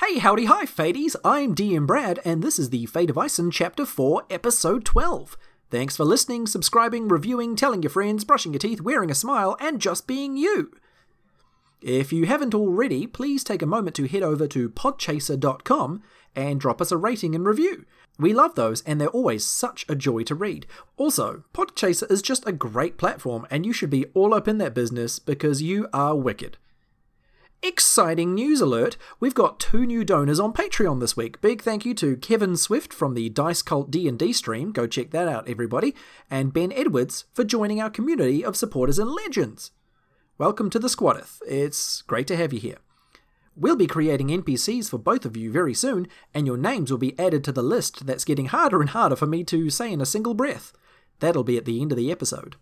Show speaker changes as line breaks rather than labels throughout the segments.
Hey, howdy, hi, Fades! I'm DM Brad, and this is the Fate of Ison Chapter 4, Episode 12. Thanks for listening, subscribing, reviewing, telling your friends, brushing your teeth, wearing a smile, and just being you. If you haven't already, please take a moment to head over to podchaser.com and drop us a rating and review. We love those, and they're always such a joy to read. Also, Podchaser is just a great platform, and you should be all up in that business because you are wicked. Exciting news alert! We've got two new donors on Patreon this week. Big thank you to Kevin Swift from the Dice Cult D&D stream. Go check that out, everybody. And Ben Edwards for joining our community of supporters and legends. Welcome to the Squadeth. It's great to have you here. We'll be creating NPCs for both of you very soon, and your names will be added to the list that's getting harder and harder for me to say in a single breath. That'll be at the end of the episode.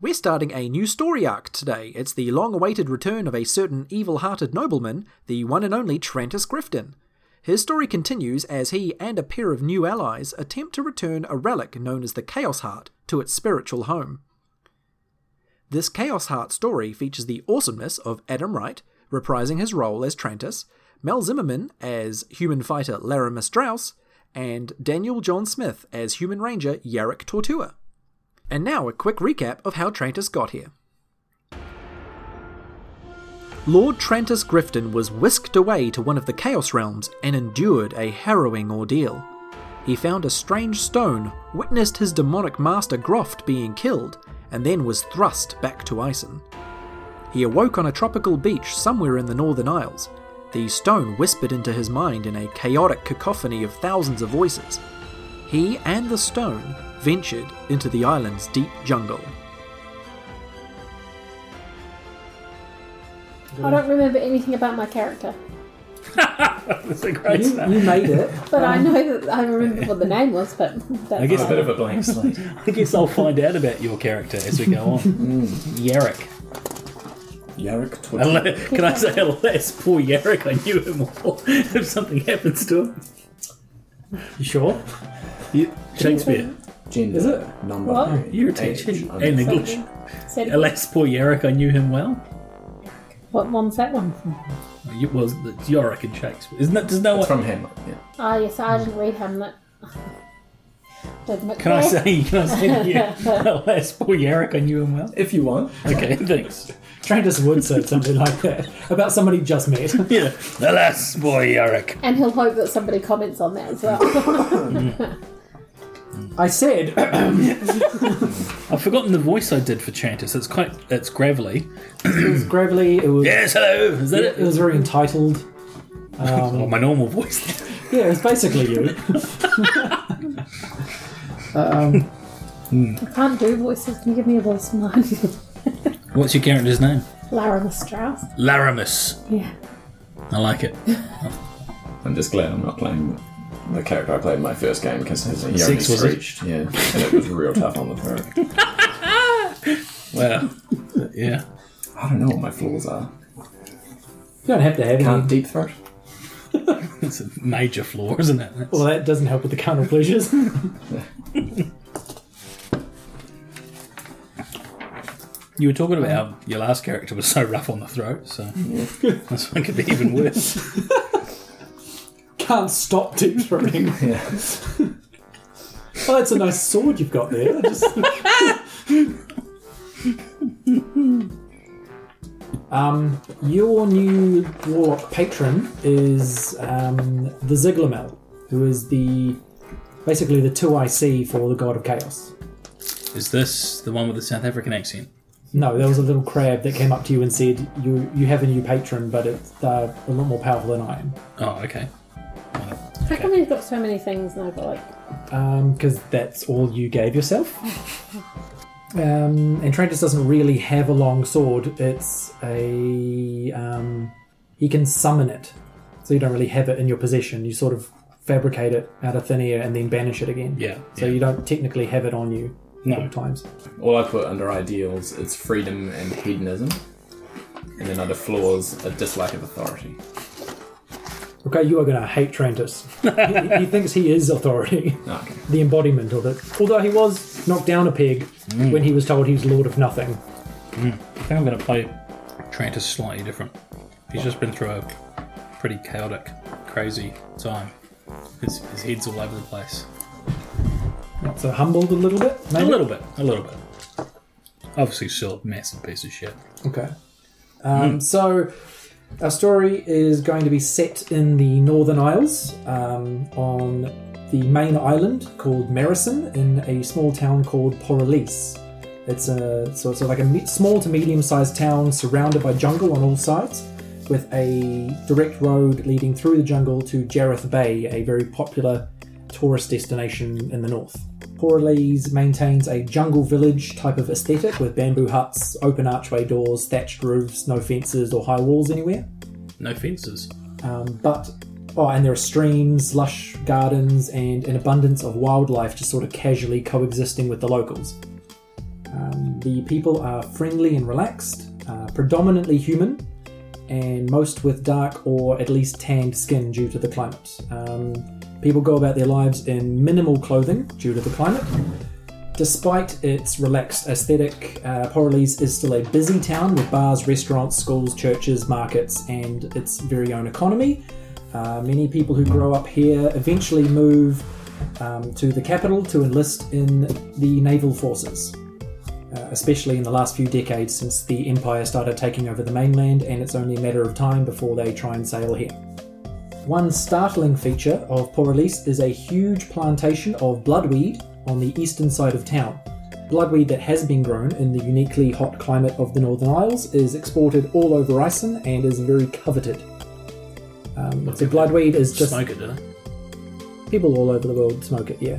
We're starting a new story arc today. It's the long awaited return of a certain evil hearted nobleman, the one and only Trantis Grifton. His story continues as he and a pair of new allies attempt to return a relic known as the Chaos Heart to its spiritual home. This Chaos Heart story features the awesomeness of Adam Wright, reprising his role as Trantis, Mel Zimmerman as human fighter Larimer Strauss, and Daniel John Smith as human ranger Yarrick Tortua. And now a quick recap of how Trantis got here. Lord Trantis Grifton was whisked away to one of the Chaos Realms and endured a harrowing ordeal. He found a strange stone, witnessed his demonic master Groft being killed, and then was thrust back to Ison. He awoke on a tropical beach somewhere in the Northern Isles. The stone whispered into his mind in a chaotic cacophony of thousands of voices. He and the stone ventured into the island's deep jungle.
I don't remember anything about my character,
That's a great start.
made it.
but I know that I remember what the name was. But that's
Um, I guess
all.
a bit of
a blank slate.
I guess I'll find out about your character as we go on. Yarrick.
Yarrick Twitter.
Unle- Can I say, alas, poor Yarrick, I knew him all. if something happens to him. You sure? Shakespeare.
Gender.
Is it?
Number.
What?
You're a
age,
teacher.
under
In
thirty.
English.
Said-
Alas, poor Yarrick, I knew him well.
what one's that one from?
It was it's Yarrick and Shakespeare. Isn't that, does no
It's
one...
from Hamlet. Yeah.
Ah, yes, I didn't read Hamlet. Did Macbeth?
Can I say, can I say to you, alas, poor Yarrick, I knew him well?
If you want.
Okay, thanks.
Trantis would say something like that about somebody he just met.
Yeah. Alas, poor Yarrick.
And he'll hope that somebody comments on that as well.
I said,
I've forgotten the voice I did for Chantis. It's quite, it's gravelly.
gravely, it was,
Yes, hello. Is that
it was very entitled.
Oh, my normal voice.
Yeah, it's basically you.
I can't do voices. Can you give me a voice of mine?
What's your character's name?
Lara Strauss.
Laramus.
Yeah.
I like it.
I'm just glad I'm not playing the character I played in my first game because his he
Six, was it?
screeched. Yeah, and it was real tough on the throat.
Wow. yeah.
I don't know what my flaws are.
You don't have to have
Can't
any.
deep throat.
It's a major flaw, isn't it? That's-
Well, that doesn't help with the carnal pleasures.
you were talking about how your last character was so rough on the throat, so this one could be even worse.
Can't stop deep throating. Oh, that's a nice sword you've got there. Just... um, your new warlock patron is um, the Ziglamel, who is the basically the two IC for the God of Chaos.
Is this the one with the South African accent?
No, there was a little crab that came up to you and said, "You you have a new patron, but it's uh, a lot more powerful than I am."
Oh, okay.
How come you've got so many things and I've got like
because Um, that's all you gave yourself. Um, and Trantis doesn't really have a long sword. It's a um, he can summon it, so you don't really have it in your possession. You sort of fabricate it out of thin air and then banish it again.
Yeah,
So
yeah.
you don't technically have it on you.
No.
at all times.
All I put under ideals is freedom and hedonism, and then under flaws, a dislike of authority.
Okay, you are going to hate Trantis. he, he thinks he is authority,
No, Ah, okay.
the embodiment of it. Although he was knocked down a peg when he was told he was lord of nothing.
I think I'm going to play Trantis slightly different. He's just been through a pretty chaotic crazy time. His, his head's all over the place.
Not so humbled a little bit,
A
maybe?
little bit, a little bit. Obviously, still a massive piece of shit.
Okay. Um, So, our story is going to be set in the Northern Isles um, on the main island called Merison in a small town called Porrelease. It's a so it's like a me- small to medium-sized town surrounded by jungle on all sides, with a direct road leading through the jungle to Jareth Bay, a very popular tourist destination in the north. Porrelees maintains a jungle village type of aesthetic with bamboo huts, open archway doors, thatched roofs, no fences or high walls anywhere.
No fences.
Um, but oh, and there are streams, lush gardens, and an abundance of wildlife just sort of casually coexisting with the locals. Um, the people are friendly and relaxed, uh, predominantly human, and most with dark or at least tanned skin due to the climate. Um, people go about their lives in minimal clothing due to the climate. Despite its relaxed aesthetic, uh, Porrelees is still a busy town with bars, restaurants, schools, churches, markets, and its very own economy. Uh, many people who grow up here eventually move um, to the capital to enlist in the naval forces, uh, especially in the last few decades since the Empire started taking over the mainland, and it's only a matter of time before they try and sail here. One startling feature of Porrelease is a huge plantation of bloodweed on the eastern side of town. Bloodweed that has been grown in the uniquely hot climate of the Northern Isles is exported all over Iceland and is very coveted. Um, so bloodweed is just
Smoke it, do they?
people all over the world smoke it, yeah.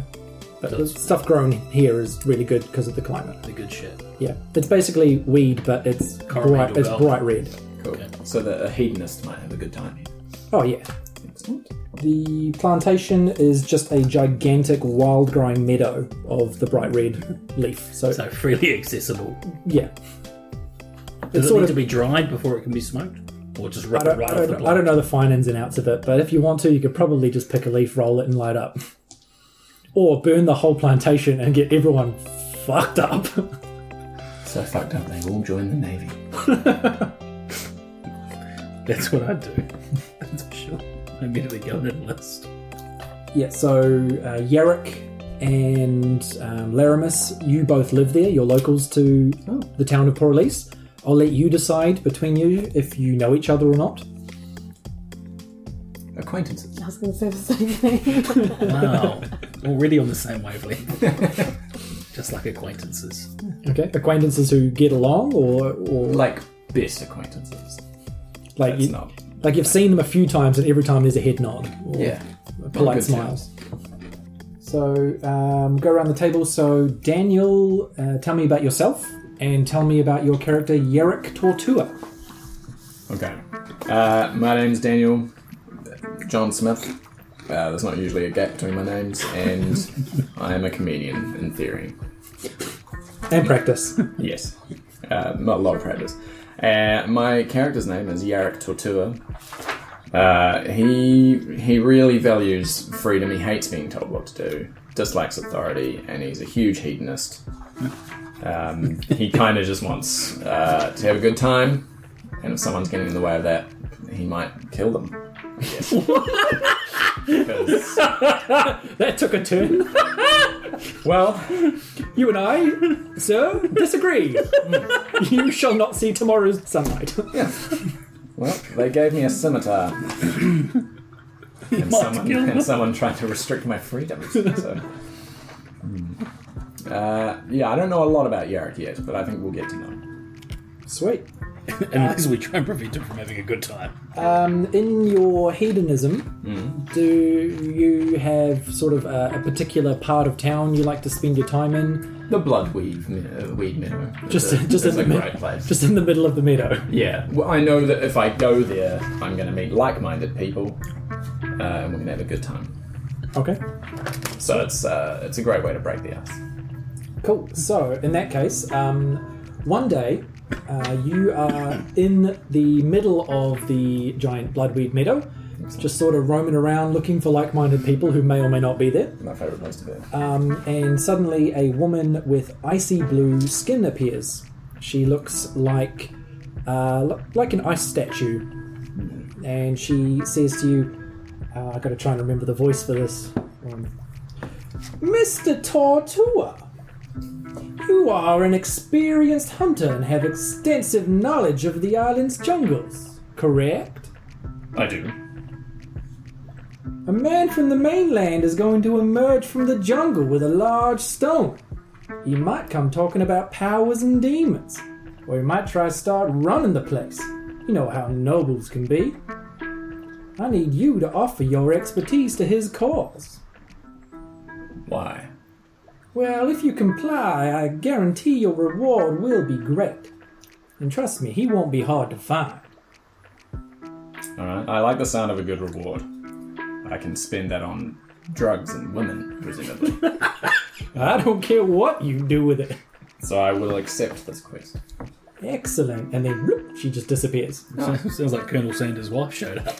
But the stuff grown here is really good because of the climate.
The good shit.
Yeah, it's basically weed, but it's
Correct,
bright. It's
well.
bright red.
Cool. So that a hedonist might have a good time here.
Oh yeah.
Excellent.
The plantation is just a gigantic wild growing meadow of the bright red leaf. So,
So freely accessible.
yeah,
Does
It's
it
sort
need
of-
to be dried before it can be smoked? Or just
I
rub it
don't,
right
I,
off the
don't, I
block?
don't know the fine ins and outs of it, but if you want to, you could probably just pick a leaf, roll it, and light up, or burn the whole plantation and get everyone fucked up.
So fucked up. They all joined the navy.
That's what I do. That's for sure. I immediately go on and list.
Yeah, so uh, Yarrick and um, Laramus, you both live there. You're locals to
Oh.
the town of Porrelease. I'll let you decide between you if you know each other or not.
Acquaintances.
I was going to say the same thing.
Wow. Already on the same wavelength. Just like acquaintances.
Okay, acquaintances who get along, or or like,
Like best acquaintances.
like,
It's
you,
not.
like you've seen them a few times, and every time there's a head nod. Or,
Yeah.
polite
Good
smiles. So um, go around the table. So Daniel, uh, tell me about yourself, and tell me about your character Yerrick Tortua.
Okay. Uh, my name's Daniel John Smith. Uh, there's not usually a gap between my names, and I am a comedian in theory.
And practice.
Yes. Uh, not a lot of practice. Uh, my character's name is Yarrick Tortua. Uh, he he really values freedom. He hates being told what to do, dislikes authority, and he's a huge hedonist. Um, he kind of just wants uh, to have a good time, and if someone's getting in the way of that, he might kill them. I guess. 'Cause-
that took a turn.
well,
You and I, sir, disagree. you shall not see tomorrow's sunlight.
Yeah. Well, they gave me a scimitar. and, someone, and someone tried to restrict my freedoms. So. Hmm. Uh, yeah, I don't know a lot about Yarrick yet, but I think we'll get to know him.
Sweet.
Unless we try and prevent him from having a good time.
Um, in your hedonism,
Hmm.
do you have sort of a, a particular part of town you like to spend your time in?
The blood weed, uh, weed meadow.
Just,
It's a-
just
it's
in
a
the mid-
great place.
just in the middle of the meadow.
yeah. Well, I know that if I go there, I'm going to meet like-minded people, uh, and we're going to have a good time.
Okay.
So it's uh, it's a great way to break the ice.
Cool. So, in that case, um, one day uh, you are in the middle of the giant bloodweed meadow, just sort of roaming around looking for like minded people who may or may not be there.
My favourite place to be.
Um, and suddenly, a woman with icy blue skin appears. She looks like uh, lo- like an ice statue, and she says to you, Uh, I got to try and remember the voice for this. Um, Mr. Tortua, you are an experienced hunter and have extensive knowledge of the island's jungles, correct?
I do.
A man from the mainland is going to emerge from the jungle with a large stone. He might come talking about powers and demons, or he might try to start running the place. You know how nobles can be. I need you to offer your expertise to his cause.
Why?
Well, if you comply, I guarantee your reward will be great. And trust me, he won't be hard to find.
All right. I like the sound of a good reward. I can spend that on drugs and women, presumably.
I don't care what you do with it.
so I will accept this quest.
Excellent. And then whoop, she just disappears.
Sounds like Colonel Sanders' wife showed up.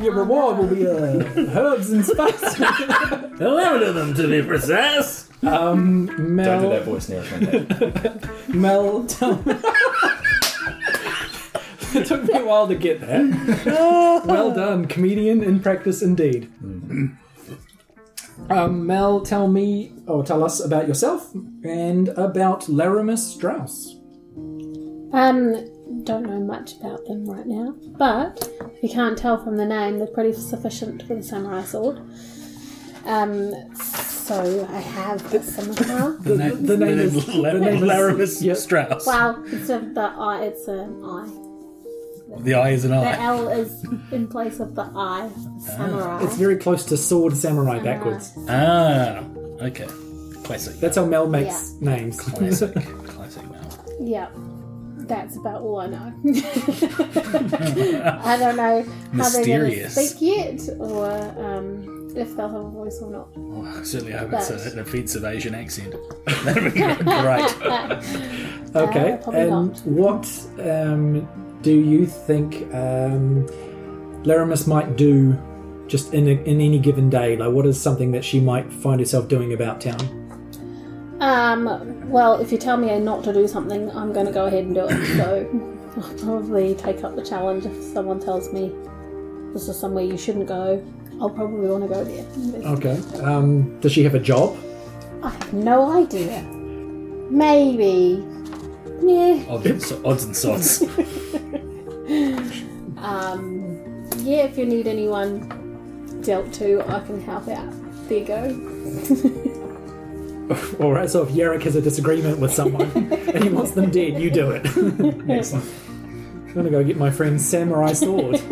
Your reward will be uh, herbs and spices.
Eleven of them to be precise.
Don't do that
Mel,
voice near a contact.
Mel, tell me. it took me a while to get that. well done, comedian in practice indeed. Mm. Um, Mel, tell me, or tell us about yourself and about Larimus Strauss.
Um, don't know much about them right now, but if you can't tell from the name, they're pretty sufficient for the samurai sword. Um, so I have a scimitar.
The, the name is
Lar-
the name is-
Laramus
yeah.
Strauss.
well, instead of the I, it's an I.
The eye is an
The
eye.
L is in place of the I, samurai.
It's very close to sword samurai backwards.
Ah, okay. Classic.
That's how Mel makes names.
classic. classic now.
Yeah, that's about all I know. I don't know how they're going to
Mysterious.
speak yet, or um, if they'll have a voice or not.
Well, Oh, I certainly hope it's
But-
a, an offensive Asian accent. That'd be great.
Okay,
Uh, probably
and
not.
what um, do you think um, Laramus might do just in, a, in any given day? Like, what is something that she might find herself doing about town?
Um, well, if you tell me not to do something, I'm going to go ahead and do it. So I'll probably take up the challenge if someone tells me this is somewhere you shouldn't go. I'll probably want to go there.
Okay. Um, does she have a job?
I have no idea. Maybe. Yeah.
Odds and, so- odds and sods.
Um, yeah, if you need anyone dealt to, I can help out. There you go.
All right. So if Yarrick has a disagreement with someone and he wants them dead, you do it. I'm
Excellent.
gonna go get my friend's samurai sword.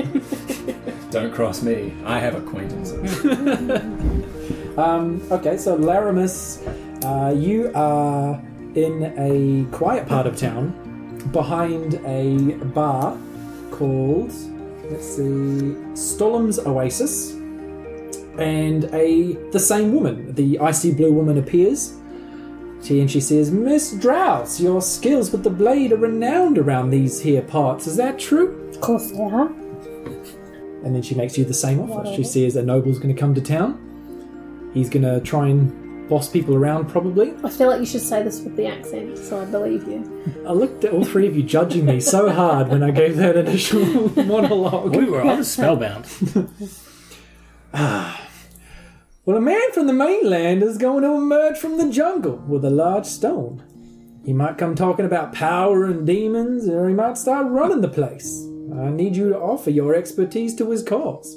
Don't cross me. I have acquaintances.
Okay, so Laramus, uh, you are in a quiet part of town behind a bar called, let's see, Stolum's Oasis. And a the same woman, the icy blue woman, appears. She and she says, "Miss Drouse, your skills with the blade are renowned around these here parts. Is that true?"
Of course they are.
And then she makes you the same offer. She says a noble's going to come to town. He's going to try and boss people around, probably.
I feel like you should say this with the accent, so I believe you.
I looked at all three of you judging me so hard when I gave that initial monologue.
We were I was spellbound.
Well, a man from the mainland is going to emerge from the jungle with a large stone. He might come talking about power and demons, or he might start running the place. I need you to offer your expertise to his cause.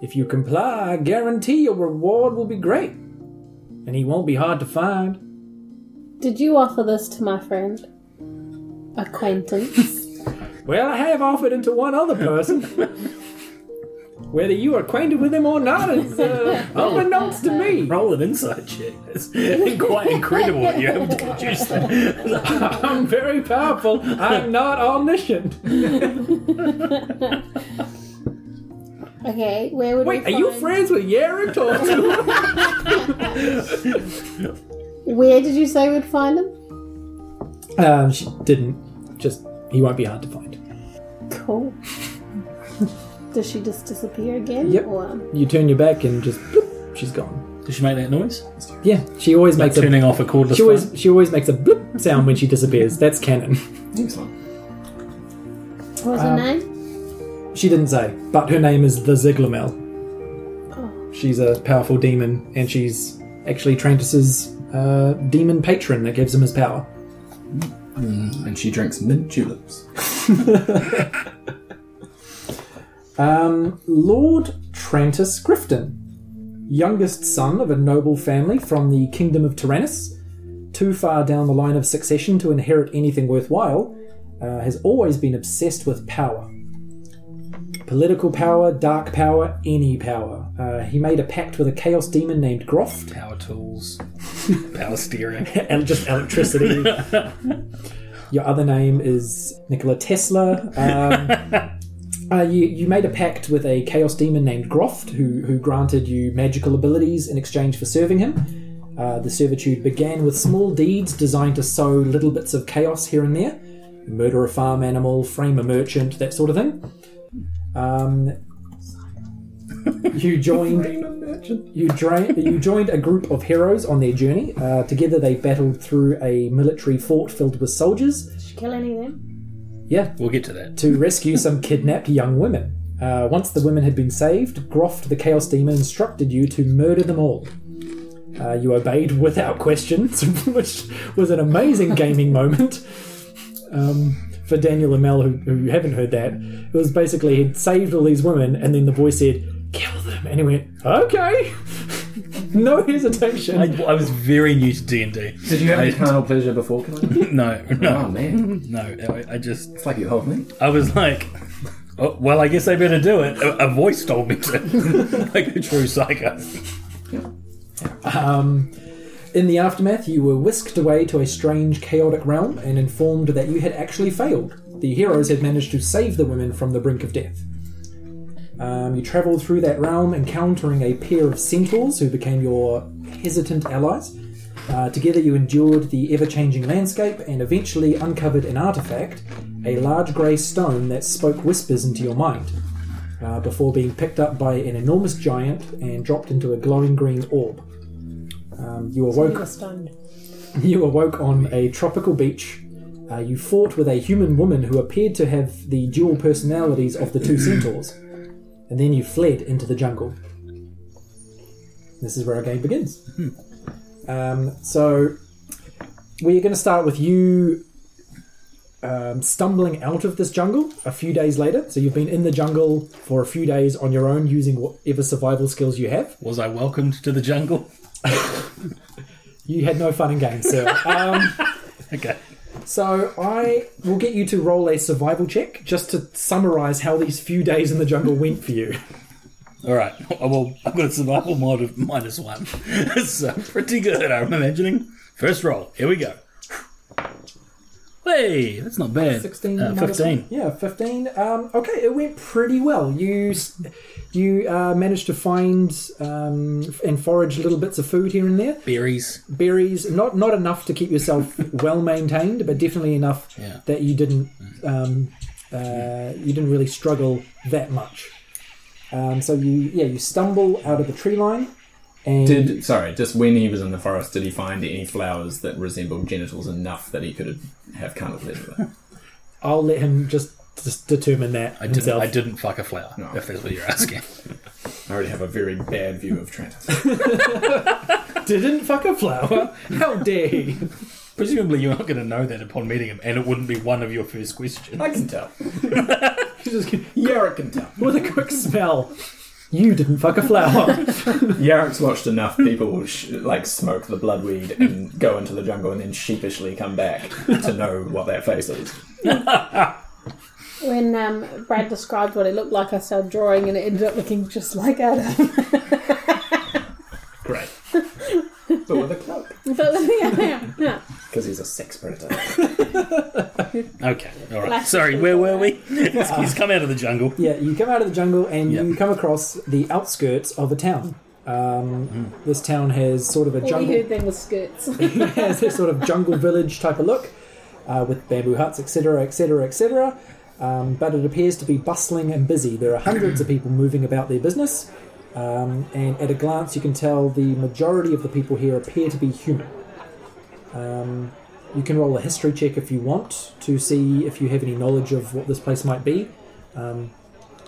If you comply, I guarantee your reward will be great. And he won't be hard to find.
Did you offer this to my friend? Acquaintance.
Well, I have offered it to one other person. Whether you are acquainted with him or not is uh, unbeknownst to me.
Roll an insight check. It's quite incredible that you're able to produce that.
I'm very powerful. I'm not omniscient.
okay, where would
Wait,
we
are you
find-
friends with Yarrick or
Where did you say we'd find him?
Um, she didn't. Just, he won't be hard to find.
Cool. Does she just disappear again?
Yep.
Or,
You turn your back and just, bloop, she's gone.
Did she make that noise?
Yeah, she always makes a.
Turning off a cordless
She always,
phone?
she always makes a bloop sound when she disappears. That's canon.
Excellent.
Um,
what was her name?
She didn't say, but her name is the Ziglamel.
Oh,
She's a powerful demon, and she's actually Trantis's uh, demon patron that gives him his power.
And she drinks mint tulips.
Lord Trantis Grifton, youngest son of a noble family from the Kingdom of Tyrannus, too far down the line of succession to inherit anything worthwhile, uh, has always been obsessed with power. Political power, dark power, any power. Uh, he made a pact with a chaos demon named Groft
Power tools, power steering.
and just electricity. Your other name is Nikola Tesla. Um, uh, you, you made a pact with a chaos demon named Groft, who, who granted you magical abilities in exchange for serving him. Uh, the servitude began with small deeds designed to sow little bits of chaos here and there murder a farm animal, frame a merchant, that sort of thing. Um, you joined you, dra- you joined a group of heroes on their journey. Uh, together, they battled through a military fort filled with soldiers
Did you kill any of them?
Yeah.
We'll get to that.
to rescue some kidnapped young women. Uh, once the women had been saved, Groft the Chaos Demon instructed you to murder them all. Uh, you obeyed without questions, which was an amazing gaming moment. Um, for Daniel and Mel, who, who haven't heard that, it was basically he'd saved all these women, and then the boy said, Kill them. And he went, Okay. no hesitation.
I, I was very new to D and D.
Did you have any carnal pleasure before killing?
No, no,
oh man,
no. I, I just
it's like you hold me.
I was like, oh, well, I guess I better do it. A, a voice told me to, like a true psycho.
In the aftermath, you were whisked away to a strange, chaotic realm and informed that you had actually failed. The heroes had managed to save the women from the brink of death. Um, you travelled through that realm, encountering a pair of centaurs who became your hesitant allies. Uh, together, you endured the ever changing landscape and eventually uncovered an artifact, a large grey stone that spoke whispers into your mind, uh, before being picked up by an enormous giant and dropped into a glowing green orb. Um, you awoke
You were stoned.
you awoke on a tropical beach. Uh, you fought with a human woman who appeared to have the dual personalities of the two centaurs. And then you fled into the jungle. This is where our game begins. Um, so, we're going to start with you um, stumbling out of this jungle a few days later. So, you've been in the jungle for a few days on your own using whatever survival skills you have.
Was I welcomed to the jungle?
You had no fun in games, sir. Um,
Okay.
So I will get you to roll a survival check just to summarize how these few days in the jungle went for you.
All right. Oh, Well, I've got a survival mod of minus one. so pretty good, I'm imagining. First roll. Here we go. Hey, that's not bad.
Sixteen,
Uh,
minus-
Fifteen.
Yeah, fifteen. Um, okay, it went pretty well. You s- you uh, managed to find um, and forage little bits of food here and there,
Berries.
berries. Not not enough to keep yourself well maintained, but definitely enough
Yeah. Mm.
that you didn't um, uh, you didn't really struggle that much. Um, so you yeah you stumble out of the tree line. And
Did sorry, just when he was in the forest, did he find any flowers that resembled genitals enough that he could have carnal pleasure? with?
I'll let him just, just determine that
I didn't,
himself.
I didn't fuck a flower,
No.
if that's what you're asking.
I already have a very bad view of Trantis.
Didn't fuck a flower. How dare he?
Presumably, you're not going to know that upon meeting him, and it wouldn't be one of your first questions.
I can tell.
Just
Yarrick can tell.
with a quick smell. You didn't fuck a flower.
Yarrick's watched enough people sh- like smoke the bloodweed and go into the jungle and then sheepishly come back to know what their face is.
When um, Brad described what it looked like, I started drawing and it ended up looking just like Adam.
Great. But with a cloak.
But yeah, yeah.
Because he's a sex predator.
Okay, all right.
Black-
Sorry, where were we? He's come out of the jungle.
yeah, you come out of the jungle and
Yeah.
you come across the outskirts of a town. Um,
Mm.
This town has sort of a
All we
jungle.
heard then was skirts.
it has this sort of jungle village type of look uh, with bamboo huts, etc., etc., etc. Um, But it appears to be bustling and busy. There are hundreds of people moving about their business, um, and at a glance, you can tell the majority of the people here appear to be human. Um, you can roll a history check if you want to see if you have any knowledge of what this place might be. Um,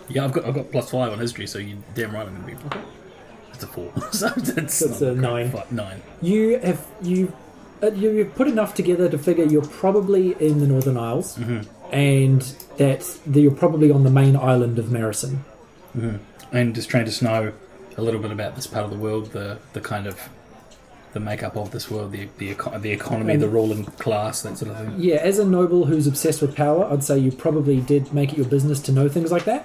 Yeah, I've got I've got plus five on history, so you damn right I'm gonna be. It's a four. so that's
That's
not
a
great.
nine.
Fi- nine.
You have you uh, you- you've put enough together to figure you're probably in the Northern Isles, and that that you're probably on the main island of Marison.
And just trying to know a little bit about this part of the world, the the kind of the makeup of this world, the the, eco- the economy,
Um,
the ruling class, that sort of thing.
Yeah, as a noble who's obsessed with power, I'd say you probably did make it your business to know things like that.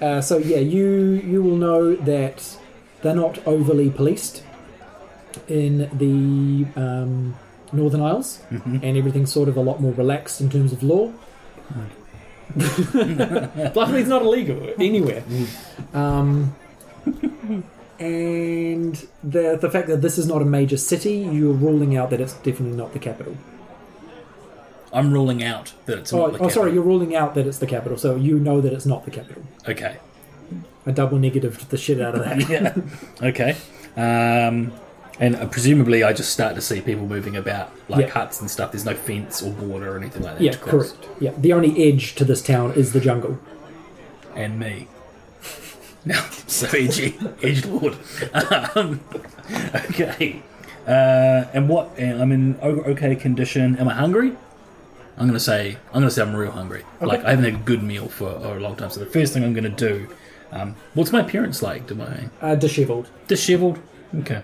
Uh, so yeah, you you will know that they're not overly policed in the um, Northern Isles, and everything's sort of a lot more relaxed in terms of law. Luckily, it's not illegal anywhere. Um, and the the fact that this is not a major city, you're ruling out that it's definitely not the capital.
I'm ruling out that it's
Oh,
not. the
oh, sorry,
capital.
you're ruling out that it's the capital, so you know that it's not the capital.
Okay.
I double negatived the shit out of that.
yeah. Okay. Um, and uh, presumably, I just start to see people moving about, like
Yeah.
huts and stuff. There's no fence or border or anything like that.
yeah,
to cross.
correct. Yeah, the only edge to this town is the jungle.
And me. No, so edgy, edge lord. Um, okay. Uh, and what? And I'm in o- okay condition. Am I hungry? I'm gonna say I'm gonna say I'm real hungry. Like I haven't had a good meal for a long time. So the first thing I'm gonna do. Um, what's my appearance like? Do I?
Uh, disheveled.
Disheveled. Okay.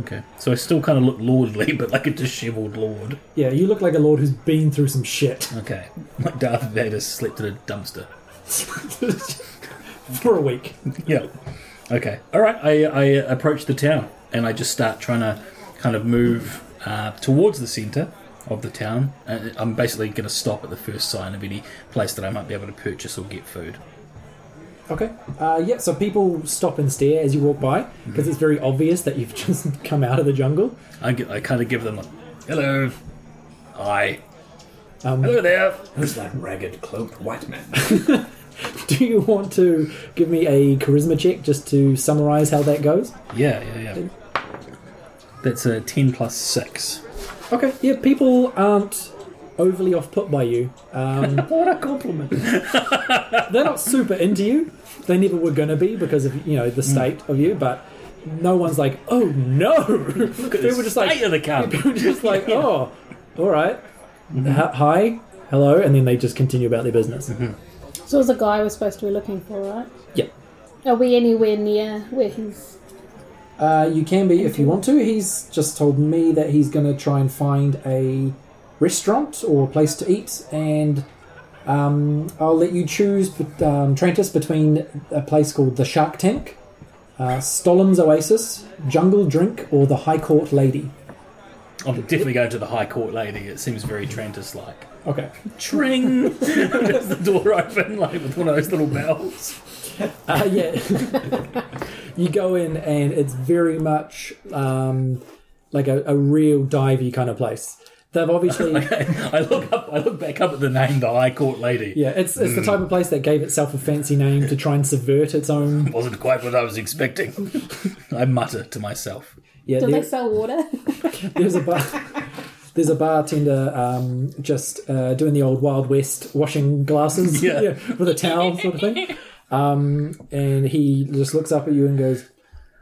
Okay. So I still kind of look lordly, but like a disheveled lord.
Yeah, you look like a lord who's been through some shit
Okay. Like Darth Vader slept in a dumpster.
for a week.
Yeah. Okay. All right. I, I approach the town and I just start trying to kind of move uh, towards the centre of the town. Uh, I'm basically going to stop at the first sign of any place that I might be able to purchase or get food.
Okay. Uh, yeah, so people stop and stare as you walk by
Mm-hmm.
because it's very obvious that you've just come out of the jungle.
I, gi- I kind of give them a hello. Hi.
Um,
Hello there.
Who's that ragged cloaked white man?
Do you want to give me a charisma check just to summarize how that goes?
Yeah, yeah, yeah. That's a 10 plus 6.
Okay. Yeah, people aren't overly off put by you. Um,
What a compliment.
they're not super into you. They never were gonna be because of you know the
Hmm.
state of you, but no one's like, oh no. People were just like,
state of the camp. Mm-hmm.
people were just like, oh, all right. H- hi, hello, and then they just continue about their business.
So it was a guy we're supposed to be looking for, right?
Yeah,
Are we anywhere near where he's?
uh, you can be if you want to. He's just told me that he's gonna try and find a restaurant or place to eat, and um, I'll let you choose, um, Trantis, between a place called the Shark Tank. Uh, Stollum's Oasis, Jungle Drink, or the High Court Lady.
I'm definitely going to the High Court lady. It seems very Trantis like.
Okay.
Tring! There's the door open, like with one of those little bells.
Uh, yeah. you go in, and it's very much um, like a, a real divey kind of place. They've obviously.
I look up, I look back up at the name, the High Court lady.
Yeah, it's, it's the type of place that gave itself a fancy name to try and subvert its own.
Wasn't quite what I was expecting. I mutter to myself.
Yeah,
Do they
there-
sell water?
there's a bar, there's a bartender um, just uh, doing the old Wild West, washing glasses
Yeah.
with a towel sort of thing. Um, and he just looks up at you and goes,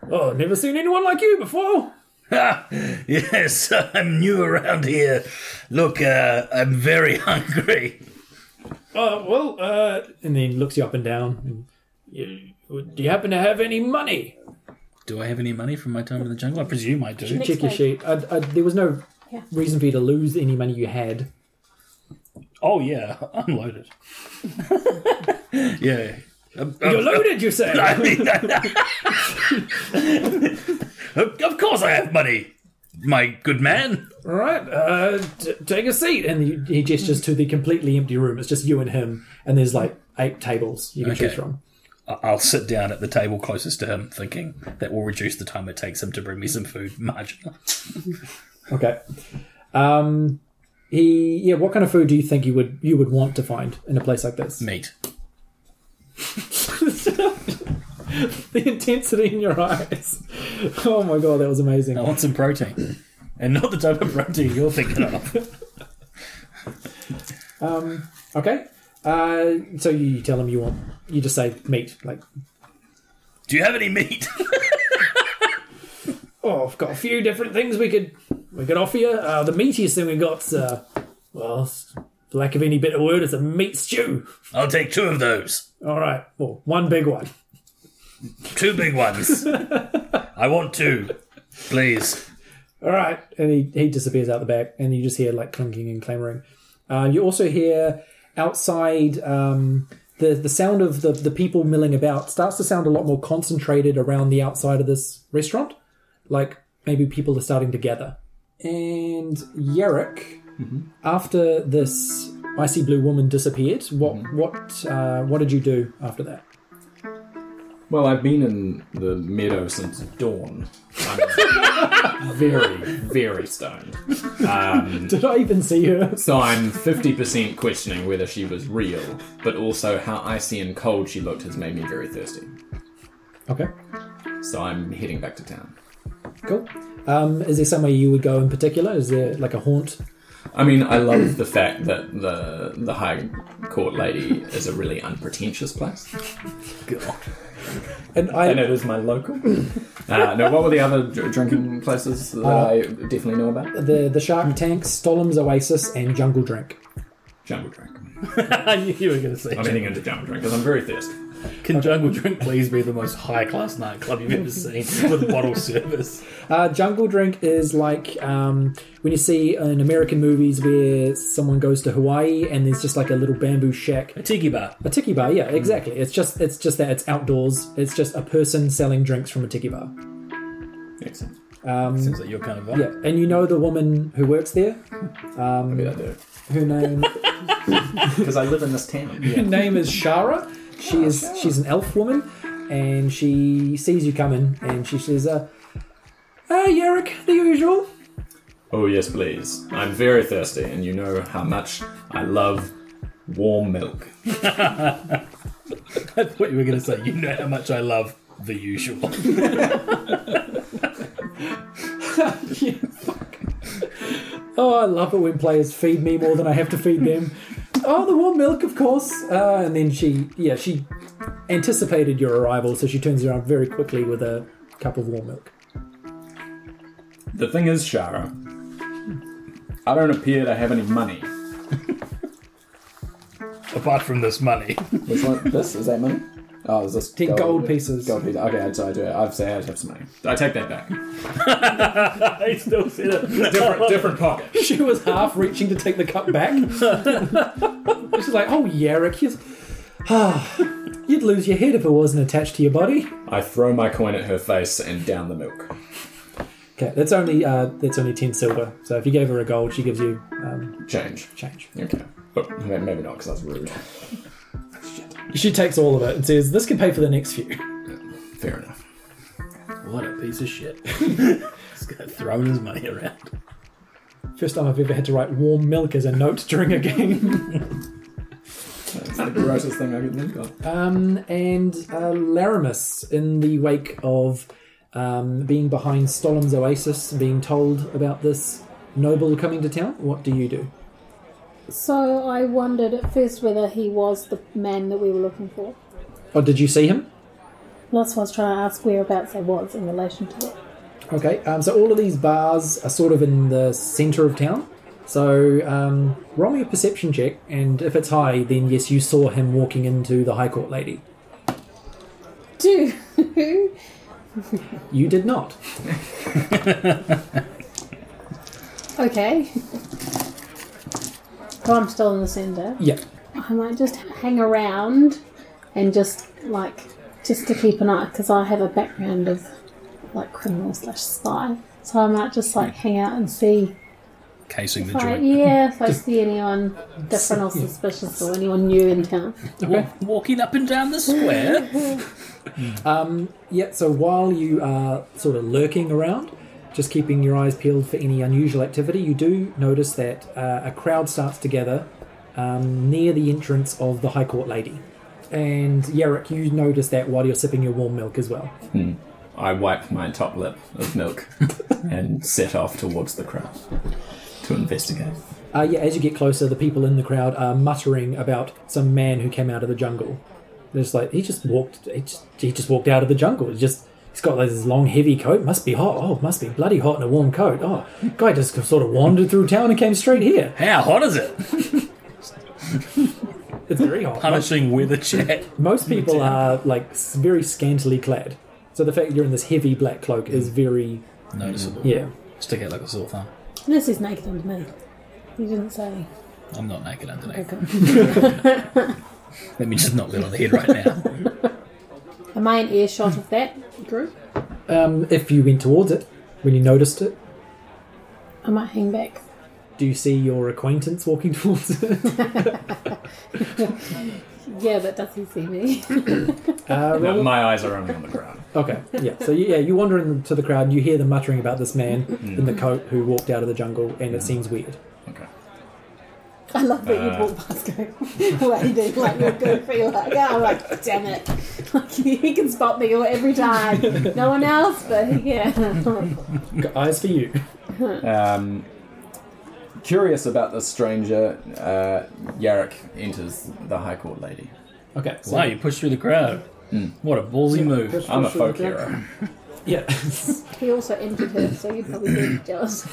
"Oh, never seen anyone like you before."
Ah, yes, I'm new around here. Look, uh, I'm very hungry.
Uh, well, uh, and then he looks you up and down. And you, do you happen to have any money?
Do I have any money from my time in the jungle? I presume I do.
Check your
page.
sheet. I, I, there was no
Yeah.
reason for you to lose any money you had.
Oh, yeah, I'm loaded. yeah. Um,
You're
um,
loaded, you say?
I mean, of of course I have money, my good man.
All right, uh, t- take a seat. And he, he gestures to the completely empty room. It's just you and him, and there's like eight tables you can choose from.
I- I'll sit down at the table closest to him, thinking that will reduce the time it takes him to bring me some food marginally.
Okay. Um, he yeah. What kind of food do you think you would you would want to find in a place like this?
Meat.
the intensity in your eyes. Oh my god, that was amazing.
I want some protein. And not the type of protein you're thinking of.
Okay. Uh, so you, you tell him you want. You just say meat. Like,
Do you have any meat?
oh, I've got a few different things we could we could offer you. Uh, the meatiest thing we got's uh, well, s- for lack of any better word, it's a meat stew.
I'll take two of those.
All right, well, one big one.
Two big ones. I want two. Please.
All right, and he, he disappears out the back, and you just hear like clinking and clamoring. Uh, you also hear outside um, the the sound of the the people milling about starts to sound a lot more concentrated around the outside of this restaurant, like maybe people are starting to gather. And Yerrick, after this icy blue woman disappeared, what what uh, what did you do after that?
Well, I've been in the meadow since dawn. I'm very, very stoned. Um,
Did I even see her?
so I'm 50% questioning whether she was real, but also how icy and cold she looked has made me very thirsty.
okay,
So I'm heading back to town.
cool. Um, is there somewhere you would go in particular? Is there like a haunt
I mean, I love the fact that the the High Court lady is a really unpretentious place.
And I,
I know there's my local. uh, no, what were the other dr- drinking places that I definitely know about?
the the Shark Tanks, Stollum's Oasis, and Jungle Drink.
Jungle drink.
I knew you were going to say.
I'm heading into jungle drink because I'm very thirsty.
Can Jungle Drink please be the most high class nightclub you've ever seen with bottle service?
Uh, jungle Drink is like um, when you see in American movies where someone goes to Hawaii and there's just like a little bamboo shack,
A tiki bar.
a tiki bar. Yeah, exactly. It's just it's just that it's outdoors. It's just a person selling drinks from a tiki bar.
Excellent. Um,
Seems like your kind of vibe.
Yeah, and you know the woman who works there.
Maybe I do
Her name
because mm. I live in this town.
her name is Shara. She is she's an elf woman, and she sees you coming and she says, uh, "Hey, Eric, the usual."
Oh yes, please. I'm very thirsty, and you know how much I love warm milk.
I thought you were going to say, you know how much I love the usual.
Oh, I love it when players feed me more than I have to feed them. oh, the warm milk, of course. Uh, and then she, yeah, she anticipated your arrival, so she turns around very quickly with a cup of warm milk.
The thing is, Shara, I don't appear to have any money.
Apart from this money.
Which one? This is that money? Oh, is this
Ten gold pieces.
Gold pieces. Okay, so I do. I've said I have some money. I take that back.
I still said it.
Different, different pocket.
She was half reaching to take the cup back. She's like, oh, Yarrick, you you'd lose your head if it wasn't attached to your body.
I throw my coin at her face and down the milk.
Okay, that's only uh, that's only ten silver. So if you gave her a gold, she gives you um,
Change.
change.
Okay. But may- maybe not, because that's rude.
She takes all of it and says, "This can pay for the next few."
Fair enough.
What a piece of shit. This guy throwing his money around.
First time I've ever had to write warm milk as a note during a game.
That's the grossest thing I could think of.
um, and uh, Laramus, in the wake of um, being behind Stollum's Oasis, being told about this noble coming to town, what do you do?
So I wondered at first whether he was the man that we were looking for.
Or did you see him?
That's why I was trying to ask whereabouts I was in relation to it.
Okay, um, so all of these bars are sort of in the centre of town. So um, roll me a perception check, and if it's high, then yes, you saw him walking into the High Court lady.
Do
You did not.
okay. So I'm still in the centre.
Yeah.
I might just hang around and just like just to keep an eye because I have a background of like criminal slash spy. So I might just like hang out and see
Casing the
if I,
joint.
yeah, if I see anyone different or suspicious or anyone new in town.
Walking up and down the square.
Yeah, so while you are sort of lurking around, just keeping your eyes peeled for any unusual activity, you do notice that uh, a crowd starts to gather um, near the entrance of the High Court Lady. And Yarrick, you notice that while you're sipping your warm milk as well.
I wipe my top lip of milk and set off towards the crowd to investigate.
Uh, yeah, as you get closer, the people in the crowd are muttering about some man who came out of the jungle. There's like he just walked. He just, he just walked out of the jungle. It's just he's got like this long, heavy coat. Must be hot. Oh, must be bloody hot in a warm coat. Oh, guy just sort of wandered through town and came straight here.
How hot is it?
It's very hot.
Punishing weather chat.
Most people are like s- very scantily clad, so the fact that you're in this heavy black cloak is very
Noticeable.
yeah.
Stick out like a sore thumb.
Unless he's naked under me. He didn't say.
I'm not naked underneath.
Okay.
Let me just knock that on the head right now.
Am I in earshot of that group?
Um, if you went towards it when you noticed it,
I might hang back.
do you see your acquaintance walking towards it?
Yeah, but does he see me?
Uh,
No,
roll-
my eyes are only on the ground.
Okay, yeah. So you- yeah, you wander into the crowd. You hear them muttering about this man in the coat who walked out of the jungle, and it seems weird.
Okay.
I love that you'd walk past going, lady, like you're goofy, like, oh, I'm like, damn it. Like, he can spot me every time. No one else, but yeah.
Got eyes for you.
Um, curious about this stranger, uh, Yarrick enters the High Court lady.
Okay. So,
Wow, you push through the crowd. What a ballsy move.
I'm a
Sure,
folk
yeah.
hero.
Yeah.
He also entered her, so you'd probably be jealous.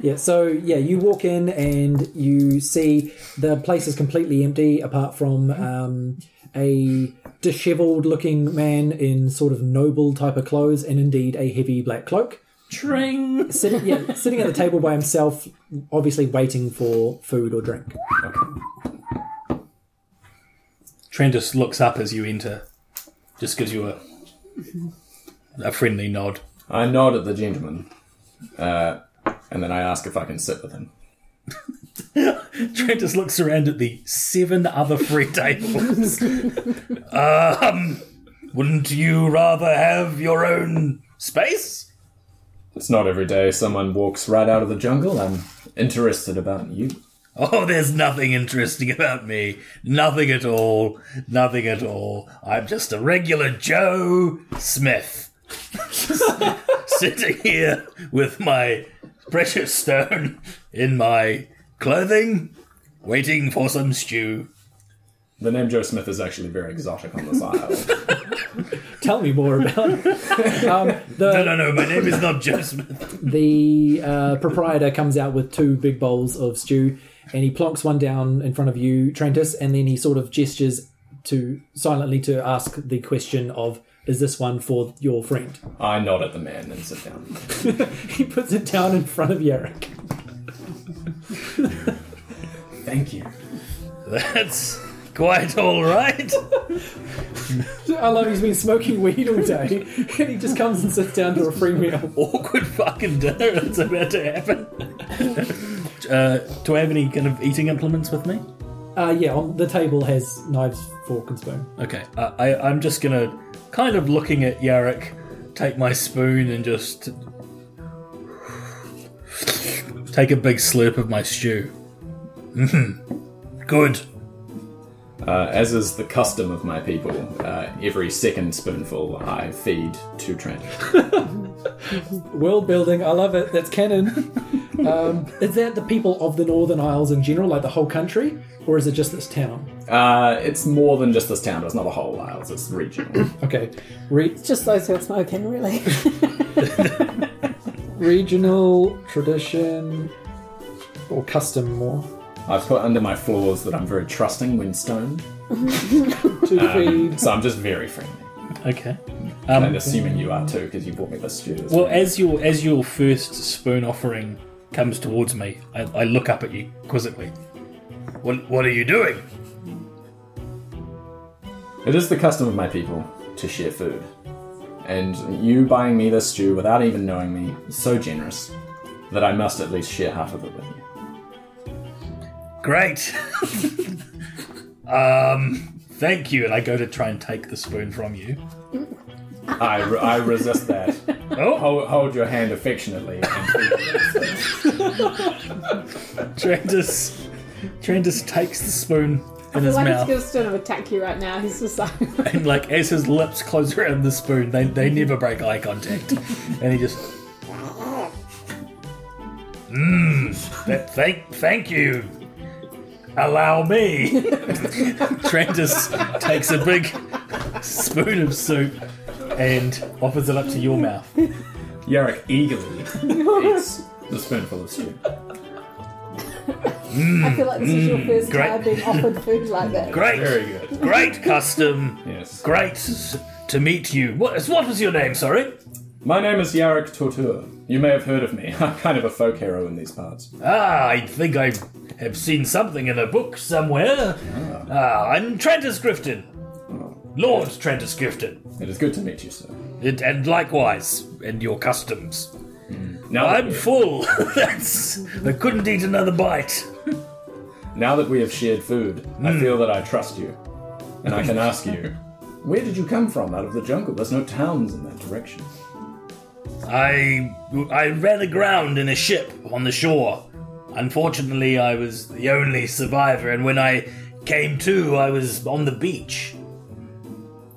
yeah. So yeah, you walk in and you see the place is completely empty, apart from um, a dishevelled-looking man in sort of noble type of clothes, and indeed a heavy black cloak.
Tring.
Sitting, yeah, sitting at the table by himself, obviously waiting for food or drink.
Trent just looks up as you enter. Just gives you a a friendly nod.
I nod at the gentleman, uh, and then I ask if I can sit with him.
Trent just looks around at the seven other free tables. um, wouldn't you rather have your own space?
It's not every day someone walks right out of the jungle. I'm interested about you.
Oh, there's nothing interesting about me. Nothing at all. Nothing at all. I'm just a regular Joe Smith. Sitting here with my precious stone in my clothing, waiting for some stew.
The name Joe Smith is actually very exotic on this isle.
Tell me more about it. Um, the,
No, no, no, my name is not Joe Smith.
the uh, proprietor comes out with two big bowls of stew and he plonks one down in front of you, Trentus, and then he sort of gestures to silently to ask the question of, is this one for your friend?
I nod at the man and sit down.
He puts it down in front of Yarrick.
Thank you.
That's quite all right.
I love he's been smoking weed all day and he just comes and sits down to a free meal.
Awkward fucking dinner that's about to happen. Uh, do I have any kind of eating implements with me?
Uh, yeah, on the table has knives, fork and spoon.
Okay, uh, I, I'm just gonna kind of looking at Yarrick, take my spoon and just take a big slurp of my stew. Mhm. Good.
Uh, as is the custom of my people, uh, every second spoonful I feed to Trent.
World building, I love it. That's canon. um, is that the people of the Northern Isles in general, like the whole country, or is it just this town?
Uh, it's more than just this town. It's not the whole Isles. It's regional.
Okay, Re-
Just those who are smoking, really.
regional tradition or custom more
I've put under my floors that I'm very trusting when stoned,
to feed.
so I'm just very friendly.
Okay.
And assuming you are too, because you bought me this stew. as
Well, as your as your first spoon offering comes towards me, I, I look up at you quizzically. What What are you doing?
It is the custom of my people to share food. And you buying me this stew without even knowing me is so generous that I must at least share half of it with you.
Great. um, thank you. And I go to try and take the spoon from you.
I, re- I resist that.
Oh,
Hold, hold your hand affectionately. And feed me.
Trandis, Trandis takes the spoon in his
Like he's
mouth,
going to sort of attack you right now. He's just like,
and like as his lips close around the spoon, they, they never break eye contact, and he just. Th- "Mm, thank, thank you. Allow me. Trantis takes a big spoon of soup and offers it up to your mouth.
Yarrick eagerly eats the spoonful of stew.
I feel like this is your first
great.
time being offered food like that.
Great,
Very good.
great custom.
Yes.
Great to meet you. What, what was your name? Sorry.
My name is Yarrick Tortur. You may have heard of me. I'm kind of a folk hero in these parts.
Ah, I think I have seen something in a book somewhere. Ah, I'm Trantis Grifton. Lord Trantis Grifton.
It is good to meet you, sir.
It, and likewise, and your customs.
Now that,
I'm
we-
full. That's. I couldn't eat another bite.
now that we have shared food, I feel that I trust you. And I can ask you, where did you come from out of the jungle? There's no towns in that direction.
I I ran aground in a ship on the shore. Unfortunately, I was the only survivor, and when I came to, I was on the beach.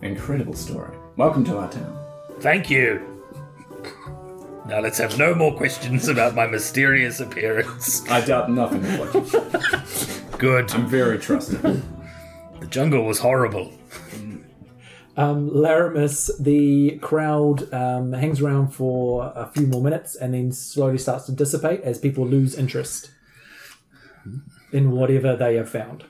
Incredible story. Welcome to our town.
Thank you. Now let's have no more questions about my mysterious appearance.
I doubt nothing of what you said.
Good.
I'm very trusting.
The jungle was horrible.
Um, Laramus, the crowd um, hangs around for a few more minutes and then slowly starts to dissipate as people lose interest in whatever they have found.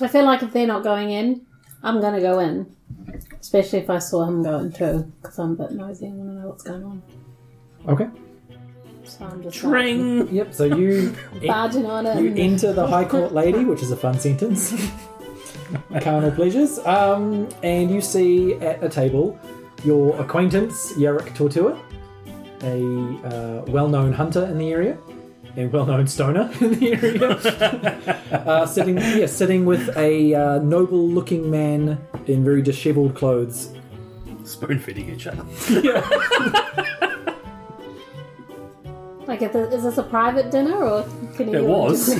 I feel like if they're not going in, I'm gonna go in. Especially if I saw him go in too, because I'm a bit nosy. I want to know what's going on.
Okay.
So I'm just like,
Ring.
Yep. So you
barging on it.
you
and-
enter the High Court Lady, which is a fun sentence. Carnal pleasures. Um, and you see at a table your acquaintance Yarick Tortua, a uh, well-known hunter in the area, a well-known stoner in the area, uh, sitting yeah, sitting with a uh, noble-looking man in very dishevelled clothes.
Spoon feeding each other.
Like, is this, is this a private dinner or can you?
It was.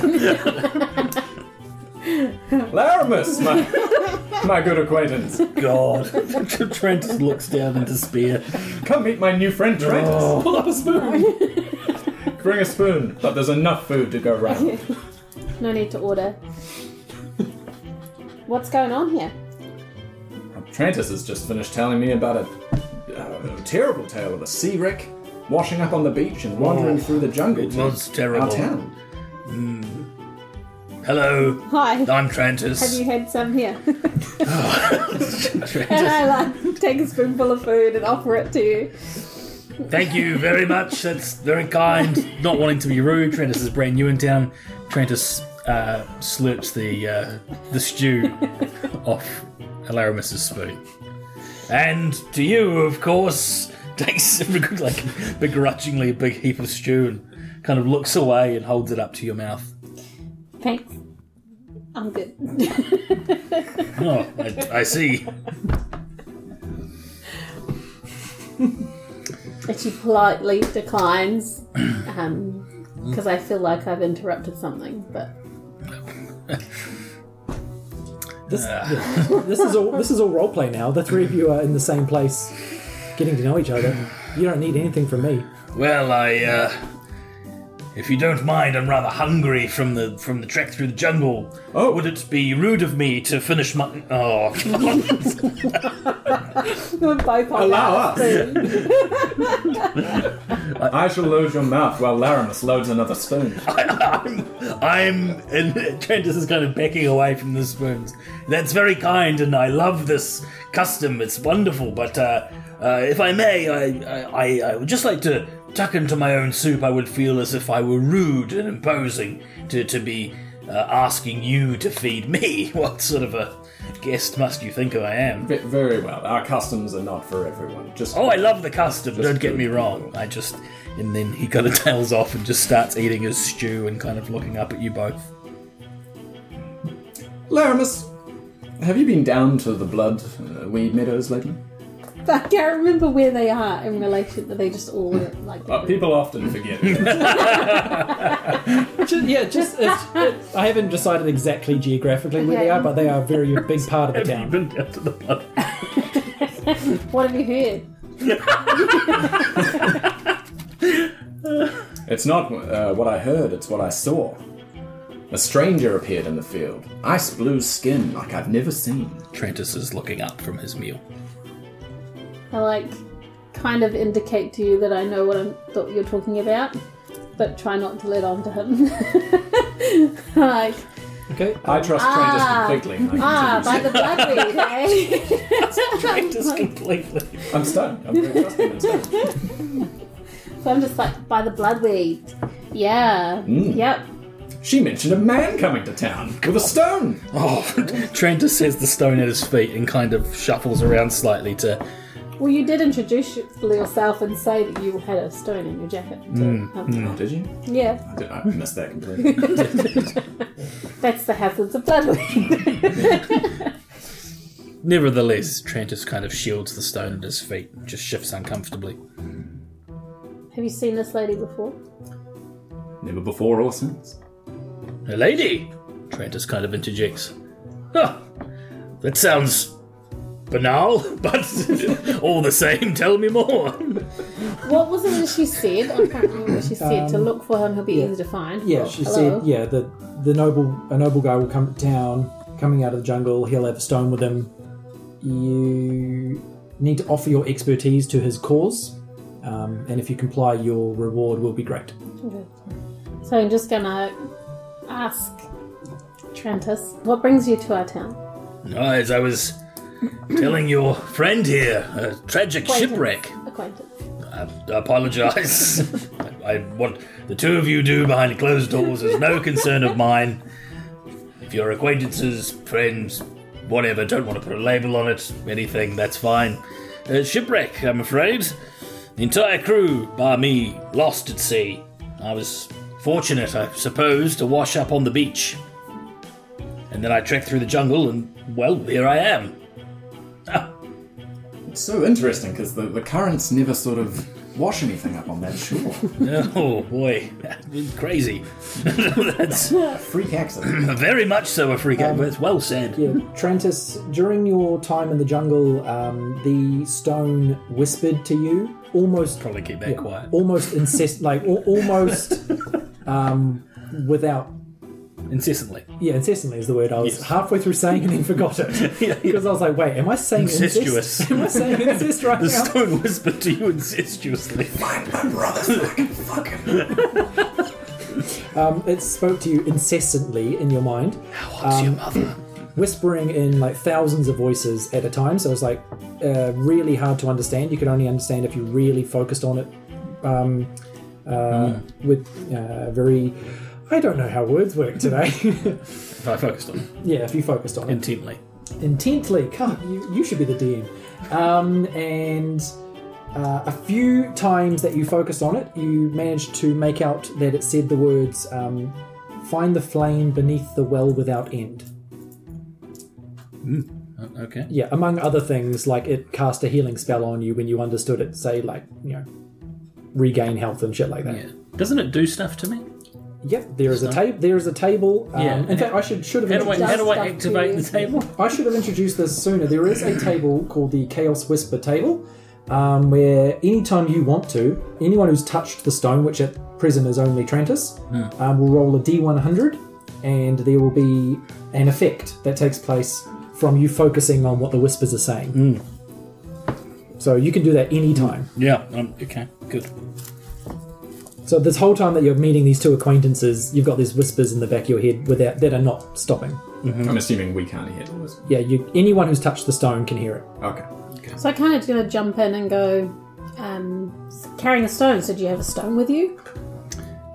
Laramus, my, my good acquaintance.
God. Trent just looks down in despair.
Come meet my new friend Trentus.
Pull up a spoon.
Bring a spoon, but there's enough food to go round.
No need to order. What's going on here?
Trantis has just finished telling me about a, uh, a terrible tale of a sea wreck washing up on the beach and wandering through the jungle
It
to
was
our
terrible.
town.
Hello.
Hi.
I'm
Have you
Trantis.
had some here?
Oh.
and I like take a spoonful of food and offer it to you.
Thank you very much. That's very kind. Not wanting to be rude, Trantis is brand new in town. Trantis uh, slurps the uh, the stew off Alarimus's spoon. And to you, of course, takes like begrudgingly a big heap of stew and kind of looks away and holds it up to your mouth.
Thanks. I'm good.
Oh, I, I see.
And she politely declines um, because I feel like I've interrupted something. But
This, this is all this is all roleplay now. The three of you are in the same place, getting to know each other. You don't need anything from me.
Well, I, uh, if you don't mind, I'm rather hungry from the from the trek through the jungle.
Oh.
would it be rude of me to finish my? Oh, come on.
we're both on
Allow
that spoon.
I shall load your mouth while Laramus loads another spoon.
I'm and Trentus is kind of backing away from the spoons. That's very kind, and I love this custom. It's wonderful, but uh, uh, if I may, I, I I I would just like to tuck into my own soup. I would feel as if I were rude and imposing to to be uh, asking you to feed me. What sort of a guest must you think I am?
Ve- Very well. Our customs are not for everyone. Just
Oh, I love the custom. Don't get
good
me wrong.
people.
I just and then he kind of tails off and just starts eating his stew and kind of looking up at you both.
Laramus, have you been down to the blood uh, weed meadows lately?
I can't remember where they are in relation. Are they just all like?
Uh, people often forget.
Ju- yeah, just it's, it, I haven't decided exactly geographically where they are, but they are a very big part of the town.
been down to the pub?
What have you heard?
It's not uh, what I heard, it's what I saw. A stranger appeared in the field, ice blue skin like I've never seen.
Trentus is looking up from his meal.
I like kind of indicate to you that I know what I'm what you're talking about, but try not to let on to him. like,
Okay.
I trust
Ah.
strangers completely.
ah, by the bloodweed, eh?
Trentus completely.
I'm stoned. I'm very trusting and stoned.
so I'm just like by the bloodweed. Yeah.
Mm.
Yep.
She mentioned a man coming to town with a stone.
Oh, Trentus has the stone at his feet and kind of shuffles around slightly to.
Well, you did introduce yourself and say that you had a stone in your jacket. too.
Mm,
Um,
Oh, Did you?
Yeah,
I, did, I missed that completely.
that's the hazards of bloodweed.
Nevertheless, Trentus kind of shields the stone at his feet, and just shifts uncomfortably.
Have you seen this lady before?
Never before or since.
A lady! Trentus kind of interjects. Huh, that sounds banal, but all the same, tell me more.
What was it that she said? I can't remember what she said. to look for him, he'll be easy to find.
Um, Yeah, she
Oh, Hello?
said. Yeah, the the noble a noble guy will come to town, coming out of the jungle. He'll have a stone with him. You need to offer your expertise to his cause, um, and if you comply, your reward will be great.
So I'm just gonna ask Trentus, what brings you to our town?
No, as I was telling your friend here, a tragic
Acquaintance.
shipwreck.
Acquaintance.
I apologize. I, what the two of you do behind closed doors is no concern of mine. If you're acquaintances, friends, whatever, don't want to put a label on it, anything, that's fine. Uh, shipwreck, I'm afraid. The entire crew, bar me, lost at sea. I was fortunate, I suppose, to wash up on the beach. And then I trekked through the jungle, and well, here I am.
It's so interesting because the, the currents never sort of wash anything up on that shore.
Oh boy, crazy. That's
Freak accident.
very much so a freak out. It's well said.
Yeah, Trantis, during your time in the jungle, um, the stone whispered to you almost
Probably keep that quiet.
almost incest like al- almost um, without
Incessantly.
yeah incessantly is the word I was
Yes.
halfway through saying and then forgot it
Yeah, yeah.
because I was like wait am I saying incest?
Incestuous.
am I saying incest right
The
now
stone whispered to you incestuously.
Find my brother. Fucking, fucking.
um, it spoke to you incessantly in your mind
What's your mother?
whispering in like thousands of voices at a time so it's like uh, really hard to understand you could only understand if you really focused on it um, uh,
Hmm.
with uh, very I don't know how words work today
If I focused on it
yeah if you focused on it
intently.
intently. God, you, you should be the DM. Um, and uh, a few times that you focused on it, you managed to make out that it said the words um, "Find the flame beneath the well without end."
Oh, Okay.
Yeah, among other things, like it cast a healing spell on you when you understood it. Say, like you know, regain health and shit like that.
Yeah. Doesn't it do stuff to me?
Yep, there is a table. There is a table. Um,
Yeah.
In fact, I should should have.
How do I,
introduced-
how do I
Does stuff
activate
to
the
you.
table?
I should have introduced this sooner. There is a table called the Chaos Whisper table, um, where anytime you want to, anyone who's touched the stone, which at present is only Trantis, um, will roll a d100, and there will be an effect that takes place from you focusing on what the whispers are saying. So you can do that anytime.
Yeah. Um, okay. Good.
So this whole time that you're meeting these two acquaintances, you've got these whispers in the back of your head without that are not stopping.
I'm assuming we can't hear those.
Yeah, you anyone who's touched the stone can hear it.
Okay.
So I kind of gonna jump in and go, um, carrying a stone. So do you have a stone with you?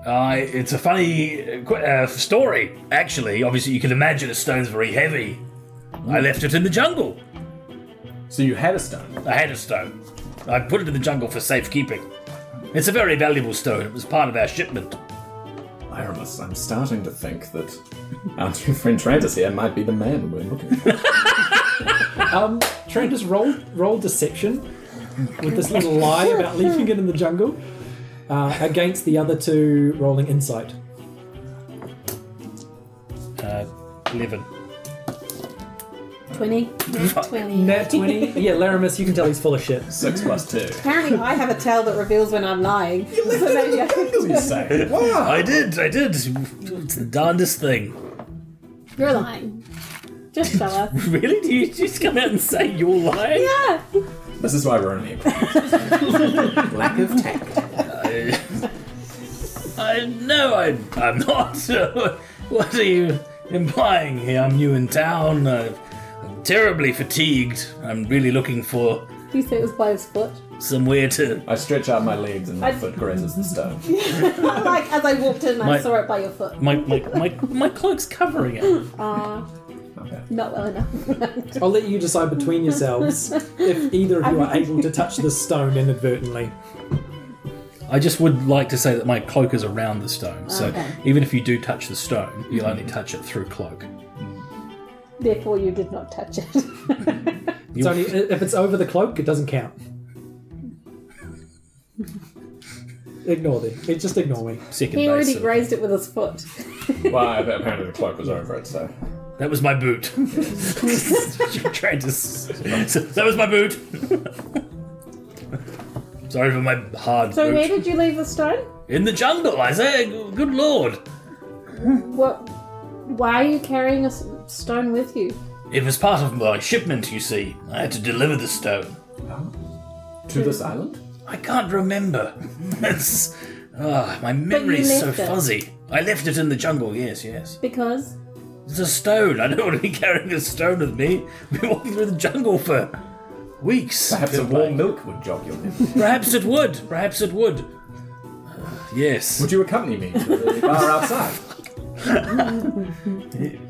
Uh, it's a funny uh, qu- uh, story, actually. Obviously, you can imagine the stone's very heavy. I left it in the jungle.
So you had a stone.
I had a stone. I put it in the jungle for safekeeping. It's a very valuable stone. It was part of our shipment.
Aramis, I'm starting to think that our new friend Trantis here might be the man we're looking for.
Um, Trent just roll roll deception with this little lie about leaving it in the jungle uh, against the other two rolling insight.
Uh, 11.
20. Twenty.
Nat 20. Yeah, Laramus, you can tell he's full of shit.
Six plus two.
Apparently, I have a tell that reveals when I'm lying. So maybe I can-
You say.
Wow. I did, I did. It's the darndest thing.
You're lying. Just tell us.
Really? Do you just come out and say you're lying?
Yeah.
This is why we're on here.
Lack of tact.
I no, I, I'm not. what are you implying here? I'm new in town. I'm terribly fatigued. I'm really looking for
You say it was by his foot.
somewhere to.
I stretch out my legs and my foot grazes the stone.
like, as I walked in, I
My-
saw it by your foot.
My my my, my cloak's covering it.
Not well enough.
I'll let you decide between yourselves if either of you are able to touch the stone inadvertently.
I just would like to say that my cloak is around the stone. So
Okay. Mm-hmm.
even if you do touch the stone, you'll only touch it through cloak.
Therefore, you did not touch it.
It's only if it's over the cloak, it doesn't count. Ignore them. It- Just ignore me.
Second
He
base
already
of-
grazed it with his foot.
Well, apparently the cloak was over it, so.
That was my boot. Trying to. s- so- that was my boot. Sorry for my hard
So,
boot.
where did you leave the stone?
In the jungle, I say. G- Good lord.
What? Why are you carrying a s- stone with you?
It was part of my shipment, you see. I had to deliver the stone.
To this island?
I can't remember. It's, ah, my
you
memory's so
left it.
fuzzy. I left it in the jungle, yes, yes.
Because
It's a stone. I don't want to be carrying a stone with me. I've been walking through the jungle for weeks.
Perhaps
Feel
a warm
like-
milk would jog your limbs.
Perhaps it would. Perhaps it would. Yes.
Would you accompany me to the bar outside?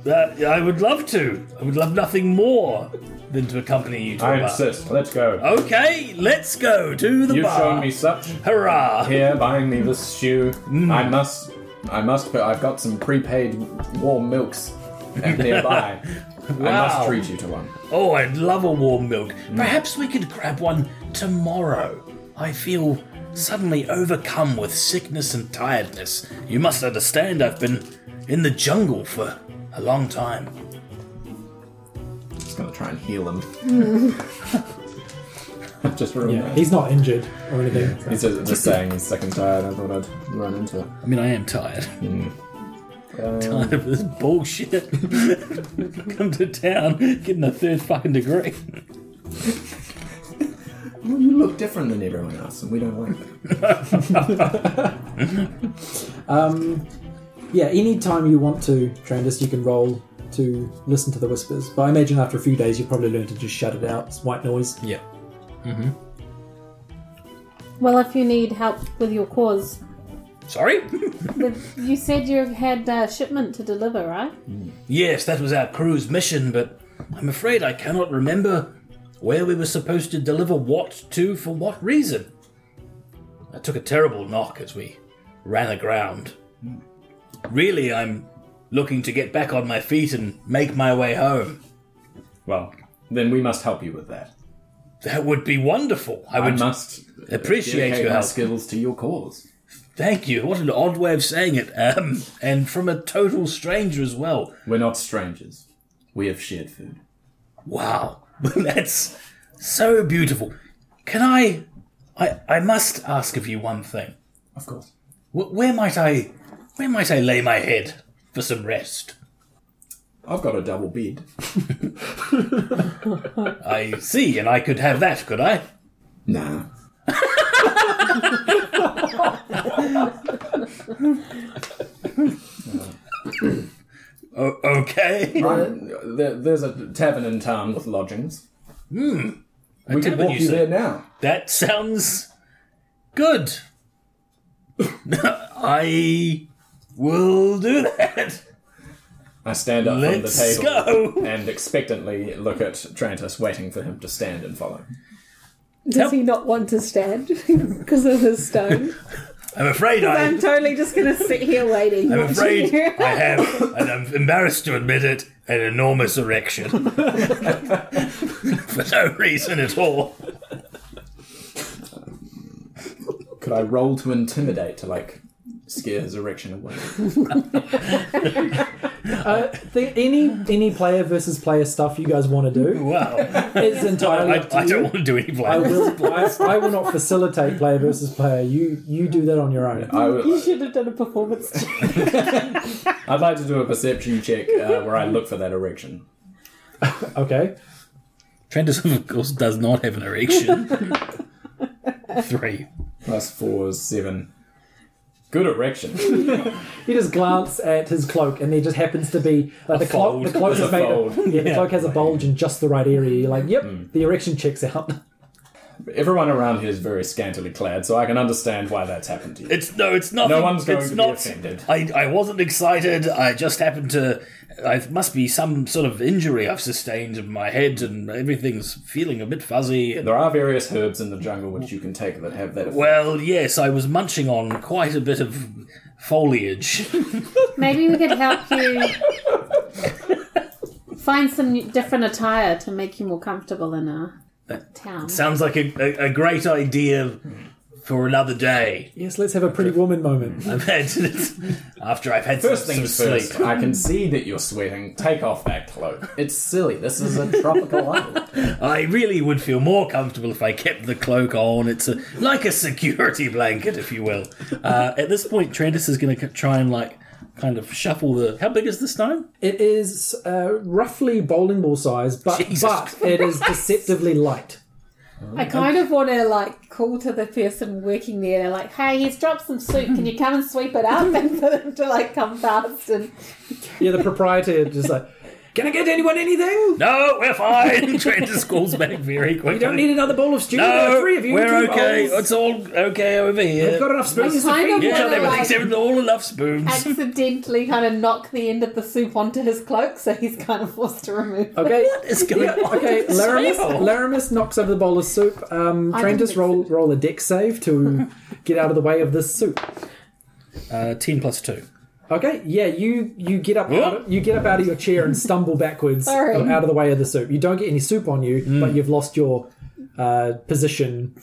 That- I would love to. I would love nothing more than to accompany you to
I
a bar.
insist. Uh, Let's go.
Okay, let's go to the
You've
bar.
shown me such.
Hurrah!
Here, buying me this shoe. I must. I must. But I've got some prepaid warm milks nearby. I
Wow.
must treat you to one.
Oh, I'd love a warm milk. Perhaps we could grab one tomorrow. I feel suddenly overcome with sickness and tiredness. You must understand, I've been in the jungle for a long time.
Just gonna try and heal him. I've just ruined
Yeah,
that.
he's not injured or anything.
He's just, just saying he's sick and tired. I thought I'd run into it.
I mean, I am tired.
Um,
Tired of this bullshit. Come to town, getting a third fucking degree.
well, you look different than everyone else, and we don't like that.
Yeah, any time you want to, Trandis, you can roll to listen to the whispers. But I imagine after a few days, you probably learn to just shut it out. It's white noise.
Yeah.
well, if you need help with your cause,
Sorry?
with, you said you had a shipment to deliver, right?
Yes, that was our crew's mission, but I'm afraid I cannot remember where we were supposed to deliver what to for what reason. I took a terrible knock as we ran aground. Really, I'm looking to get back on my feet and make my way home.
Well, then we must help you with that.
That would be wonderful. I
I
would
must
appreciate
dedicate
your
my
help.
skills to your cause.
thank you. What an odd way of saying it. Um, and from a total stranger as well.
We're not strangers. We have shared food.
Wow, that's so beautiful. Can I, I, I must ask of you one thing.
Of course.
Wh- Where might I, where might I lay my head for some rest?
I've got a double bed.
I see, and I could have that, could I?
Nah.
O- okay.
Uh, There, there's a tavern in town with lodgings. Hmm. We could
tavern,
walk
you
you
say?
there now.
That sounds good. I will do that.
I stand up
Let's
from the table
go.
and expectantly look at Trantis, waiting for him to stand and follow.
Does he not want to stand because of his stone?
I'm afraid I.
I'm totally just gonna sit here waiting.
I'm afraid I have, and I'm embarrassed to admit it, an enormous erection. For no reason at all.
Could I roll to intimidate to like scare his erection away?
Uh, th- any any player versus player stuff you guys want to do
Wow.
is entirely
I,
up to
I
you.
don't want to do any
I
blame.
will. I, I will not facilitate player versus player. You you do that on your own.
I
You
would,
should have done a performance check.
I'd like to do a perception check uh, where I look for that erection.
Okay.
Trandis, of course, does not have an erection. Three.
Plus four is seven. Good erection.
You just glance at his cloak, and there just happens to be like the
fold.
cloak. The cloak
There's
is
a
made.
fold.
Of, yeah, the cloak has a bulge in just the right area. You're like, yep,
Hmm.
the erection checks out.
Everyone around here is very scantily clad, so I can understand why that's happened to you.
It's no, it's nothing.
No one's going
it's
to be
not,
offended.
I, I wasn't excited. I just happened to. I must be some sort of injury I've sustained in my head, and everything's feeling a bit fuzzy. And,
There are various herbs in the jungle which you can take that have that effect.
well, yes, I was munching on quite a bit of foliage.
Maybe we could help you find some new- different attire to make you more comfortable in our town.
Sounds like a, a, a great idea for another day.
Yes, let's have a pretty woman moment.
I've had after I've had
First
some,
things
some
first,
sleep.
I can see that you're sweating. Take off that cloak. It's silly. This is a tropical island.
I really would feel more comfortable if I kept the cloak on. It's a, like a security blanket, if you will. Uh, at this point, Trandis is going to try and like kind of shuffle the. How big is the stone?
It is uh, roughly bowling ball size, but
Jesus
but it is deceptively light.
I kind of want to like call to the person working there. They're like, "Hey, he's dropped some soup. Can you come and sweep it up?" And for them to like come fast and
Yeah, the proprietor just like, can I get anyone anything?
No, we're fine. Trandis calls back very quickly.
You don't need another bowl of stew. there
No,
are three of you.
we're
two
okay.
bowls.
It's all okay over
We've
here.
got enough spoons to
I kind
feed
of
each
wanna,
yeah,
other.
like-
everything's everything- all enough spoons.
accidentally kind of knock the end of the soup onto his cloak, so he's kind of forced to remove. it.
Okay.
It's going
Yeah, okay, Laramus,
Sable.
Laramus knocks over the bowl of soup. Um,
I
Trantis,
didn't
roll
mix
roll a deck save to get out of the way of this soup.
Uh, Ten plus two.
Okay, yeah, you you get up out of, you get up out of your chair and stumble backwards
Sorry.
out of the way of the soup. You don't get any soup on you, but you've lost your uh, position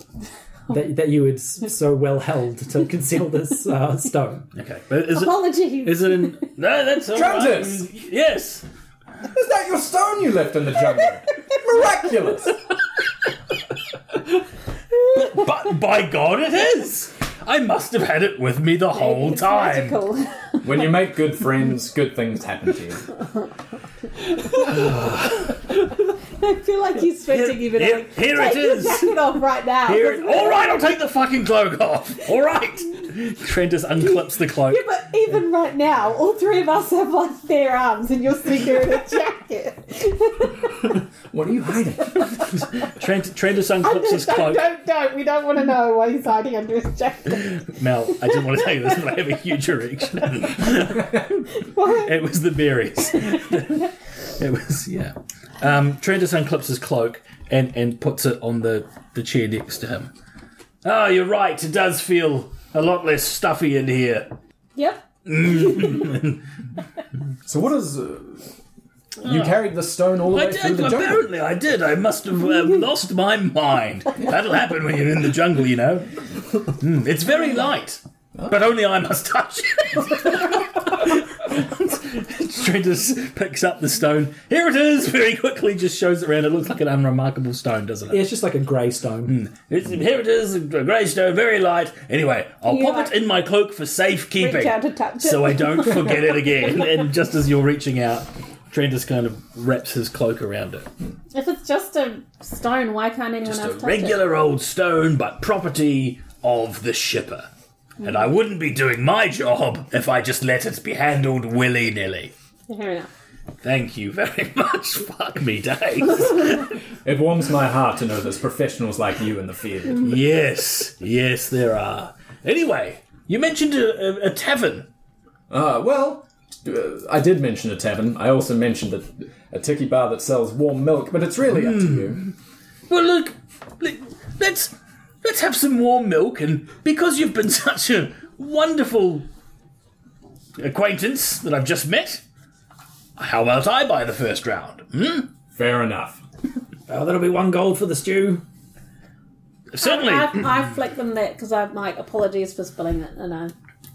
that, that you had s- so well held to conceal this uh, stone.
Okay, but is it?
Apologies.
Is it in? No, that's all right.
Trandis!
Yes.
Is that your stone you left in the jungle? Miraculous!
But by God, it is! I must have had it with me the whole
It's
time.
magical.
When you make good friends, good things happen to you.
I feel like he's stretching even.
Here-
like,
here it
Take your
is.
jacket off right now.
Here it- all right, I'll take the fucking cloak off. All right. Trent just unclips the cloak.
Yeah, but even right now, all three of us have like bare arms, and you're sitting there in a jacket.
What are you hiding?
Trent, Trent just unclips his
Don't,
cloak.
don't, don't. We don't want to know why he's hiding under his jacket.
Mel, I didn't want to tell you this, but I have a huge erection. it was the berries. it was yeah. Um, Trent just unclips his cloak and and puts it on the the chair next to him. Ah, you're right. It does feel a lot less stuffy in here.
Yep.
So, what is. Uh, you carried the stone all the
I
way through
did.
the jungle?
Apparently, I did. I must have uh, lost my mind. That'll happen when you're in the jungle, you know. Mm, it's very light, but only I must touch it. Stridus picks up the stone. Here it is. Very quickly, just shows it around. It looks like an unremarkable stone, doesn't it?
Yeah, it's just like a grey stone.
It's, here it is, a grey stone, very light. Anyway, I'll
You
pop
like-
it in my cloak for safekeeping.
Reach out to touch it.
So I don't forget it again. And just as you're reaching out, Trendus kind of wraps his cloak around it.
If it's just a stone, why can't anyone
Just
else
a
touch it?
regular old stone, but property of the shipper. And I wouldn't be doing my job if I just let it be handled willy nilly.
Fair enough.
Thank you very much. Fuck me, days.
It warms my heart to know there's professionals like you in the field.
yes, yes, there are. Anyway, you mentioned a, a, a tavern.
Uh, well, uh, I did mention a tavern. I also mentioned a, a tiki bar that sells warm milk, but it's really up to you.
Well, look, le- let's let's have some warm milk, and because you've been such a wonderful acquaintance that I've just met, how about I buy the first round?
Fair enough.
Oh, that'll be one gold for the stew.
Certainly.
I, I flick them that because I'm like, apologies for spilling it, and I.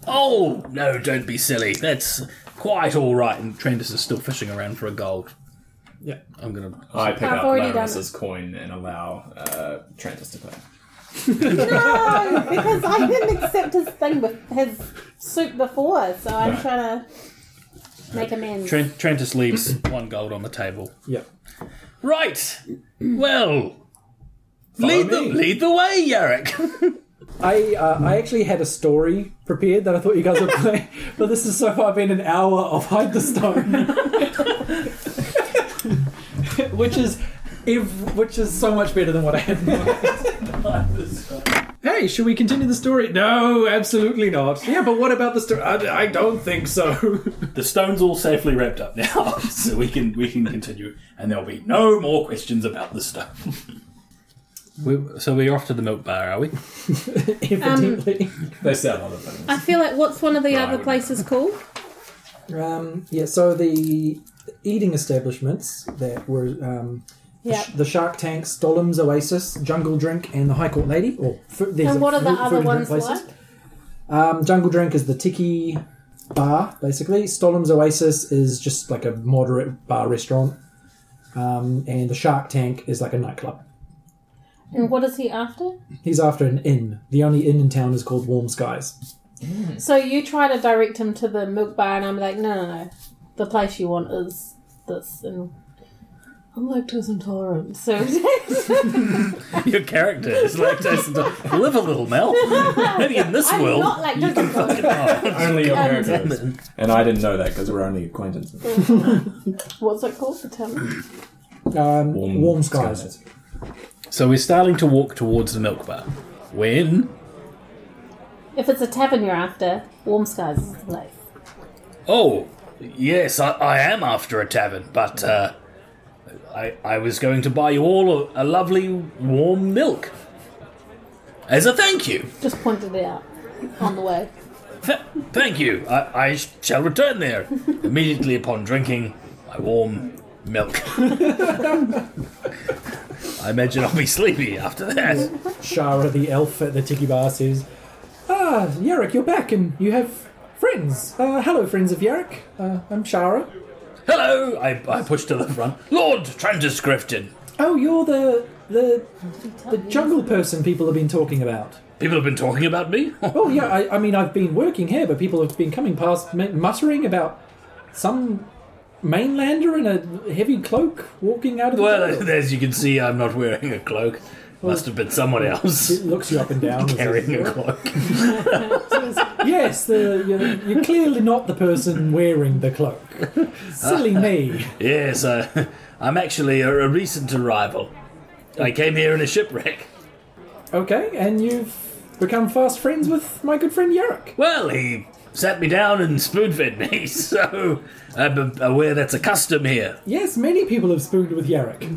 Oh no, don't be silly. That's quite all right, and Trandis is still fishing around for a gold.
Yeah.
I'm gonna.
I pick
I've
up
already done
Laris's coin and allow uh, Trantis to play.
No, because I didn't accept his thing, with his soup before, so I'm trying to make amends.
Tran- Trantis leaves one gold on the table.
Yep.
Right. Well. Lead the,
me.
lead the way, Yarrick.
I uh, I actually had a story prepared that I thought you guys would play, but this has so far been an hour of hide the stone, which is ev- which is so much better than what I had. In mind. hey, should we continue the story? No, absolutely not. Yeah, but what about the story? I, I don't think so.
the stone's all safely wrapped up now, so we can we can continue, and there'll be no more questions about the stone. we, so we're off to the milk bar, are we?
Evidently.
They sell other things.
I feel like what's one of the
I
other
wouldn't.
places called?
Um, yeah. So the eating establishments that were. Um,
Yeah.
The Shark Tanks, Dolom's Oasis, Jungle Drink, and the High Court Lady. Or fu- these
And what are the
food- food
other
and drink
ones
places.
like?
Um, Jungle Drink is the tiki bar, basically. Stolom's Oasis is just like a moderate bar restaurant. Um, and the Shark Tank is like a nightclub.
And what is he after?
He's after an inn. The only inn in town is called Warm Skies.
So you try to direct him to the milk bar, and I'm like, no, no, no. The place you want is this, and I'm lactose intolerant. So
Your character is lactose intolerant. Live a little, Mel. Maybe in this
I'm
world.
not lactose intolerant.
Only your
Um,
character is. And I didn't know that because we're only acquaintances.
What's it called? The town?
Um, Warm, Skies.
so we're starting to walk towards the milk bar. When?
If it's a tavern you're after, Warm Skies is the place.
Oh, yes, I, I am after a tavern, but uh, I, I was going to buy you all a, a lovely warm milk. As a thank you.
Just pointed it out on the way.
Th- thank you. I, I sh- shall return there immediately upon drinking my warm milk. I imagine I'll be sleepy after that.
Shara the elf at the tiki bar says, Ah, Yarrick, you're back and you have friends. Uh, hello, friends of Yarrick. Uh, I'm Shara.
Hello! I, I push to the front. Lord Trantis Grifton.
Oh, you're the, the, the jungle person people have been talking about.
People have been talking about me?
Oh yeah, I, I mean I've been working here, but people have been coming past ma- muttering about some mainlander in a heavy cloak walking out of the
well,
jungle.
as you can see, I'm not wearing a cloak. Must have been someone else
It looks you up and down.
carrying a cloak.
yes, the, you're, you're clearly not the person wearing the cloak. Silly me.
Yes, I, I'm actually a, a recent arrival. I came here in a shipwreck.
Okay, and you've become fast friends with my good friend Yarrick.
Well, he sat me down and spoon fed me, so I'm aware that's a custom here.
Yes, many people have spooned with Yarrick,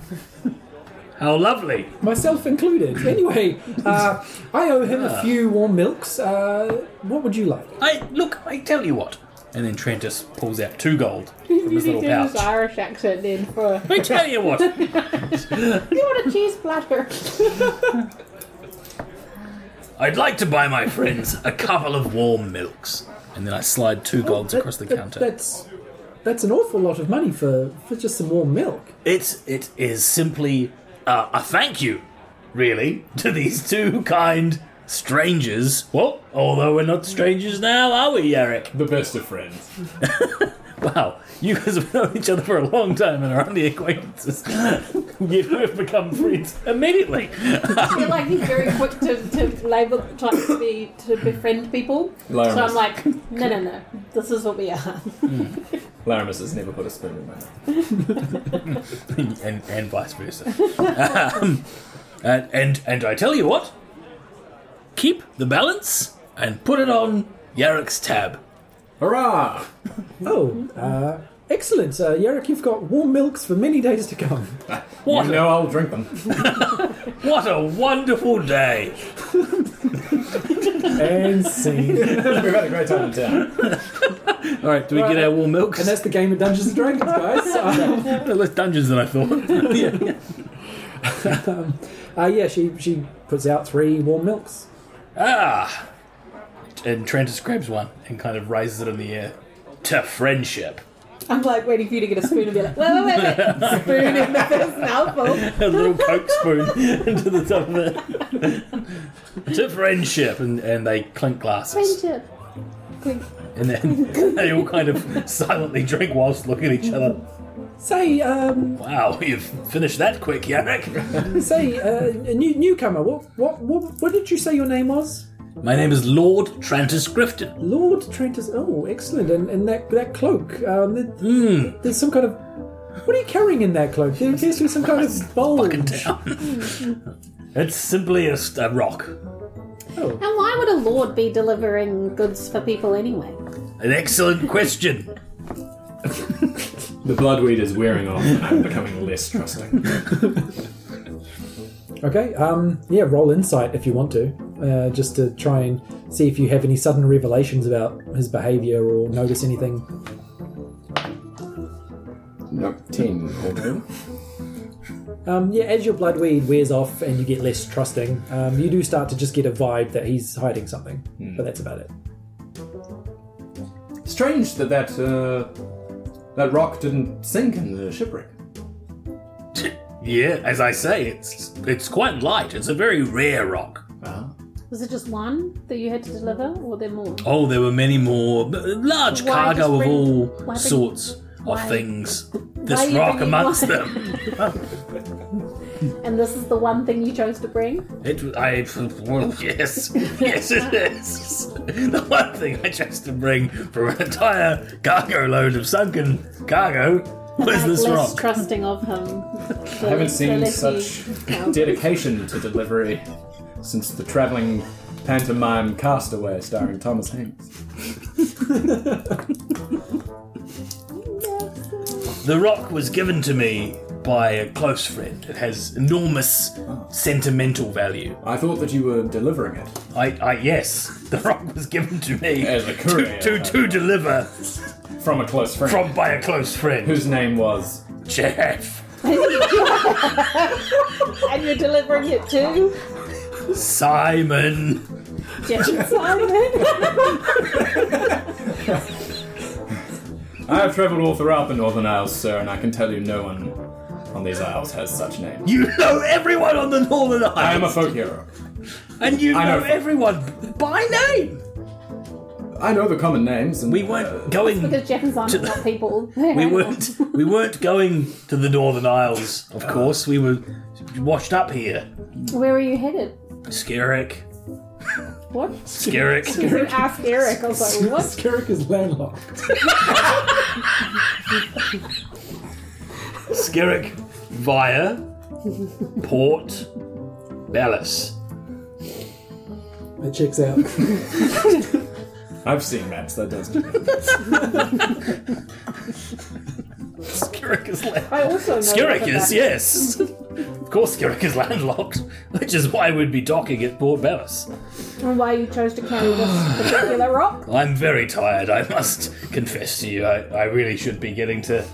How lovely.
myself included. Anyway, uh, I owe him a few warm milks. Uh, what would you like?
I Look, I tell you what. And then Trentus pulls out two gold
You
from his
need to
little
do this
pouch.
Irish accent then for
I tell you what,
you want a cheese platter.
I'd like to buy my friends a couple of warm milks. And then I slide two golds
That-
across the
that-
counter.
That's that's an awful lot of money for, for just some warm milk.
It it is simply uh, a thank you, really, to these two kind strangers. Well, although we're not strangers now, are we, Eric?
The best of friends.
Wow, you guys have known each other for a long time and are only acquaintances. Yet we've become friends immediately.
I feel like he's very quick to, to label, try to be to befriend people.
Lyramus.
So I'm like, no, no, no. This is what we are.
Laramus has never put a spoon in my mouth.
and, and vice versa. Um, and, and and I tell you what, keep the balance and put it on Yarek's tab.
Hurrah!
Oh, uh, excellent, uh, Yarrick. You've got warm milks for many days to come.
What
You know I'll drink them.
What a wonderful day!
and scene.
We've had a great time in town.
All right, do we get our warm milk?
And that's the game of Dungeons and Dragons, guys. Uh,
No, less dungeons than I thought. yeah.
uh, yeah, she she puts out three warm milks.
Ah! And Trantis grabs one and kind of raises it in the air. to friendship.
I'm like waiting for you to get a spoon and be like, wait, wait, wait, wait. spoon in the first mouthful.
a little coke spoon into the top of it. to friendship, and, and they clink glasses,
Friendship. Clink.
and then they all kind of silently drink whilst looking at each other.
Say, um,
Wow, you've finished that quick, Yannick.
say, uh, a new newcomer. What, what, what, what did you say your name was?
My name is Lord Trantis Grifton.
Lord Trentus. Oh, excellent. And, and that that cloak. Um, th- There's some kind of. What are you carrying in that cloak? There appears to be some kind of
Fucking
bulge.
town. it's simply a, st- a rock.
And why would a lord be delivering goods for people anyway?
An excellent question.
The bloodweed is wearing off, and I'm becoming less trusting.
Okay. Um. Yeah. Roll insight if you want to, uh, just to try and see if you have any sudden revelations about his behaviour or notice anything.
Nope, ten altogether.
Um, yeah, as your bloodweed wears off and you get less trusting, um, you do start to just get a vibe that he's hiding something, but that's about it.
Strange that that uh, that rock didn't sink in the shipwreck.
Yeah, as I say, it's it's quite light. It's a very rare rock.
Ah.
Was it just one that you had to deliver, or there more?
Oh, there were many more b- large
Why
cargo
just
of
bring-
all
why bring-
sorts
why-
of things.
are
This
you
rock
bringing
amongst
one?
them.
And this is the one thing you chose to bring?
It, I, well, yes, yes, it is. The one thing I chose to bring from an entire cargo load of sunken cargo was
Like,
this
less
rock.
trusting of him.
I haven't seen such dedication to delivery since the travelling pantomime Castaway starring Thomas Hanks.
The rock was given to me by a close friend. It has enormous
Oh.
sentimental value.
I thought that you were delivering it.
I, I yes, the rock was given to me
As a courier.
to, to, to deliver
From a close friend.
from by a close friend,
whose name was
Jeff.
And you're delivering it to
Simon.
Jeffrey Simon.
I have travelled all throughout the Northern Isles, sir, and I can tell you no one on these isles has such names.
You know everyone on the Northern Isles.
I am a folk hero.
and you
I
know,
know.
everyone by name.
I know the common names, and
We
Uh,
weren't going.
Because Jeff and Simon are not people.
We weren't. We weren't going to the Northern Isles. Of
Uh.
course, we were washed up here.
Where are you headed?
Skerrick.
What?
Skerrick.
You asked Eric. I was like, what?
Carrick is landlocked.
Skerrick via Port Bellis.
It checks out.
I've seen maps. That doesn't.
Skerrick is land.
I also know.
Skerrick
that
is
that-
yes. of course, Skerrick is landlocked, which is why we'd be docking at Port Bellis.
And why you chose to carry this particular rock?
I'm very tired. I must confess to you, I, I really should be getting to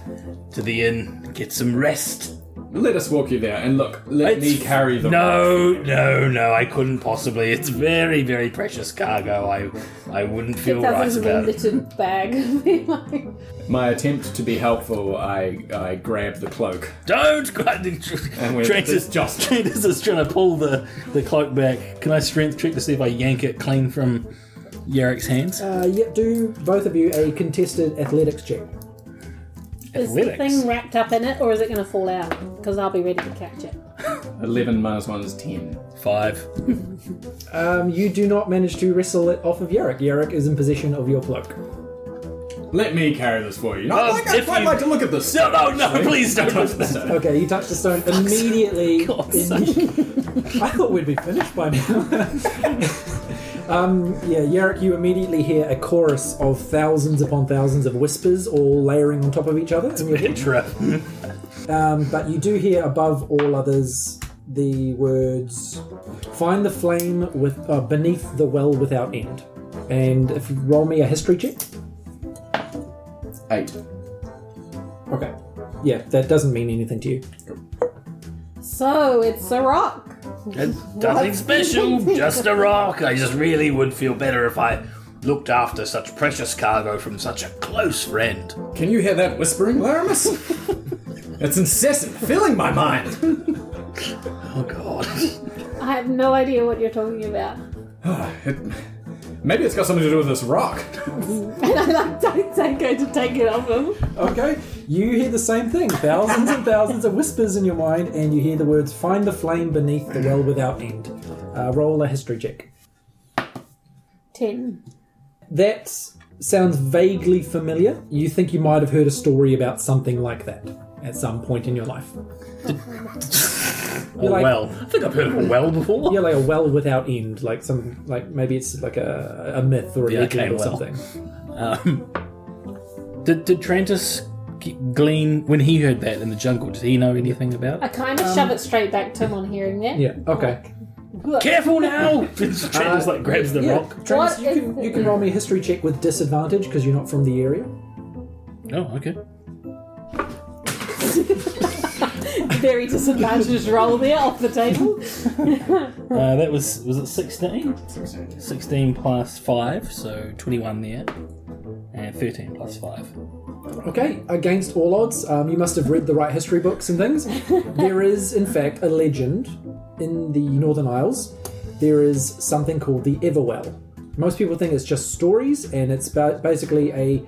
to the inn, get some rest.
let us walk you there, and look. Let me
It's-
carry the.
No, no, no. I couldn't possibly. It's very, very precious cargo. I I wouldn't feel
It
right
doesn't mean
about
that
it.
it's a bag.
My attempt to be helpful, I I grab the cloak.
Don't grab the
we're-
Trent is
it's just-
Trent is just trying to pull the, the cloak back. Can I strength check to see if I yank it clean from Yarek's hands?
Uh, yeah, do both of you a contested athletics check.
Is the thing wrapped up in it, or is it going to fall out? Because I'll be ready to catch it.
Eleven minus one is ten.
Five.
Um, you do not manage to wrestle it off of Yarrick. Yarrick is in possession of your cloak.
Let me carry this for you. Not
Oh,
like I'd
if
quite
you-
like to look at this.
No, no, no! Please don't touch that.
Okay, you touch the stone immediately.
God's
in- I thought we'd be finished by now. um, yeah, Yarrick, you immediately hear a chorus of thousands upon thousands of whispers all layering on top of each other. in your-
Intro.
but you do hear above all others the words find the flame with uh, beneath the well without end. And if you roll me a history check.
Eight.
Okay. Yeah, that doesn't mean anything to you.
So it's a rock.
It's nothing special, just a rock. I just really would feel better if I looked after such precious cargo from such a close friend.
Can you hear that whispering, Laramus? it's incessant, filling my mind.
Oh god.
I have no idea what you're talking about.
It- maybe it's got something to do with this rock.
And I like don't take her to take it off him.
Okay, you hear the same thing. Thousands and thousands of whispers in your mind, and you hear the words, Find the flame beneath the well without end. Uh, roll a history check.
Ten.
That sounds vaguely familiar. You think you might have heard a story about something like that at some point in your life.
Or
like-
Oh, well. I think I've heard of a well before.
Yeah, like a well without end, like some, like maybe it's like a, a myth or a
Yeah,
legend
okay,
or
well.
something.
Um, Did, did Trantis g- glean, when he heard that in the jungle, did he know anything about
I
it?
kind of shove it straight back to him on hearing that.
Um, Yeah. Okay.
Look,
Careful now! Trantis like grabs the
Yeah,
rock.
Travis,
What
you
is
can
it?
you can roll me a history check with disadvantage because you're not from the area.
Oh, okay.
very disadvantaged roll there off the table.
Uh, that was, was it 16? 16 plus 5, so 21 there. And 13 plus 5.
Okay, against all odds, um, you must have read the right history books and things. there is, in fact, a legend in the Northern Isles. There is something called the Everwell. Most people think it's just stories, and it's ba- basically a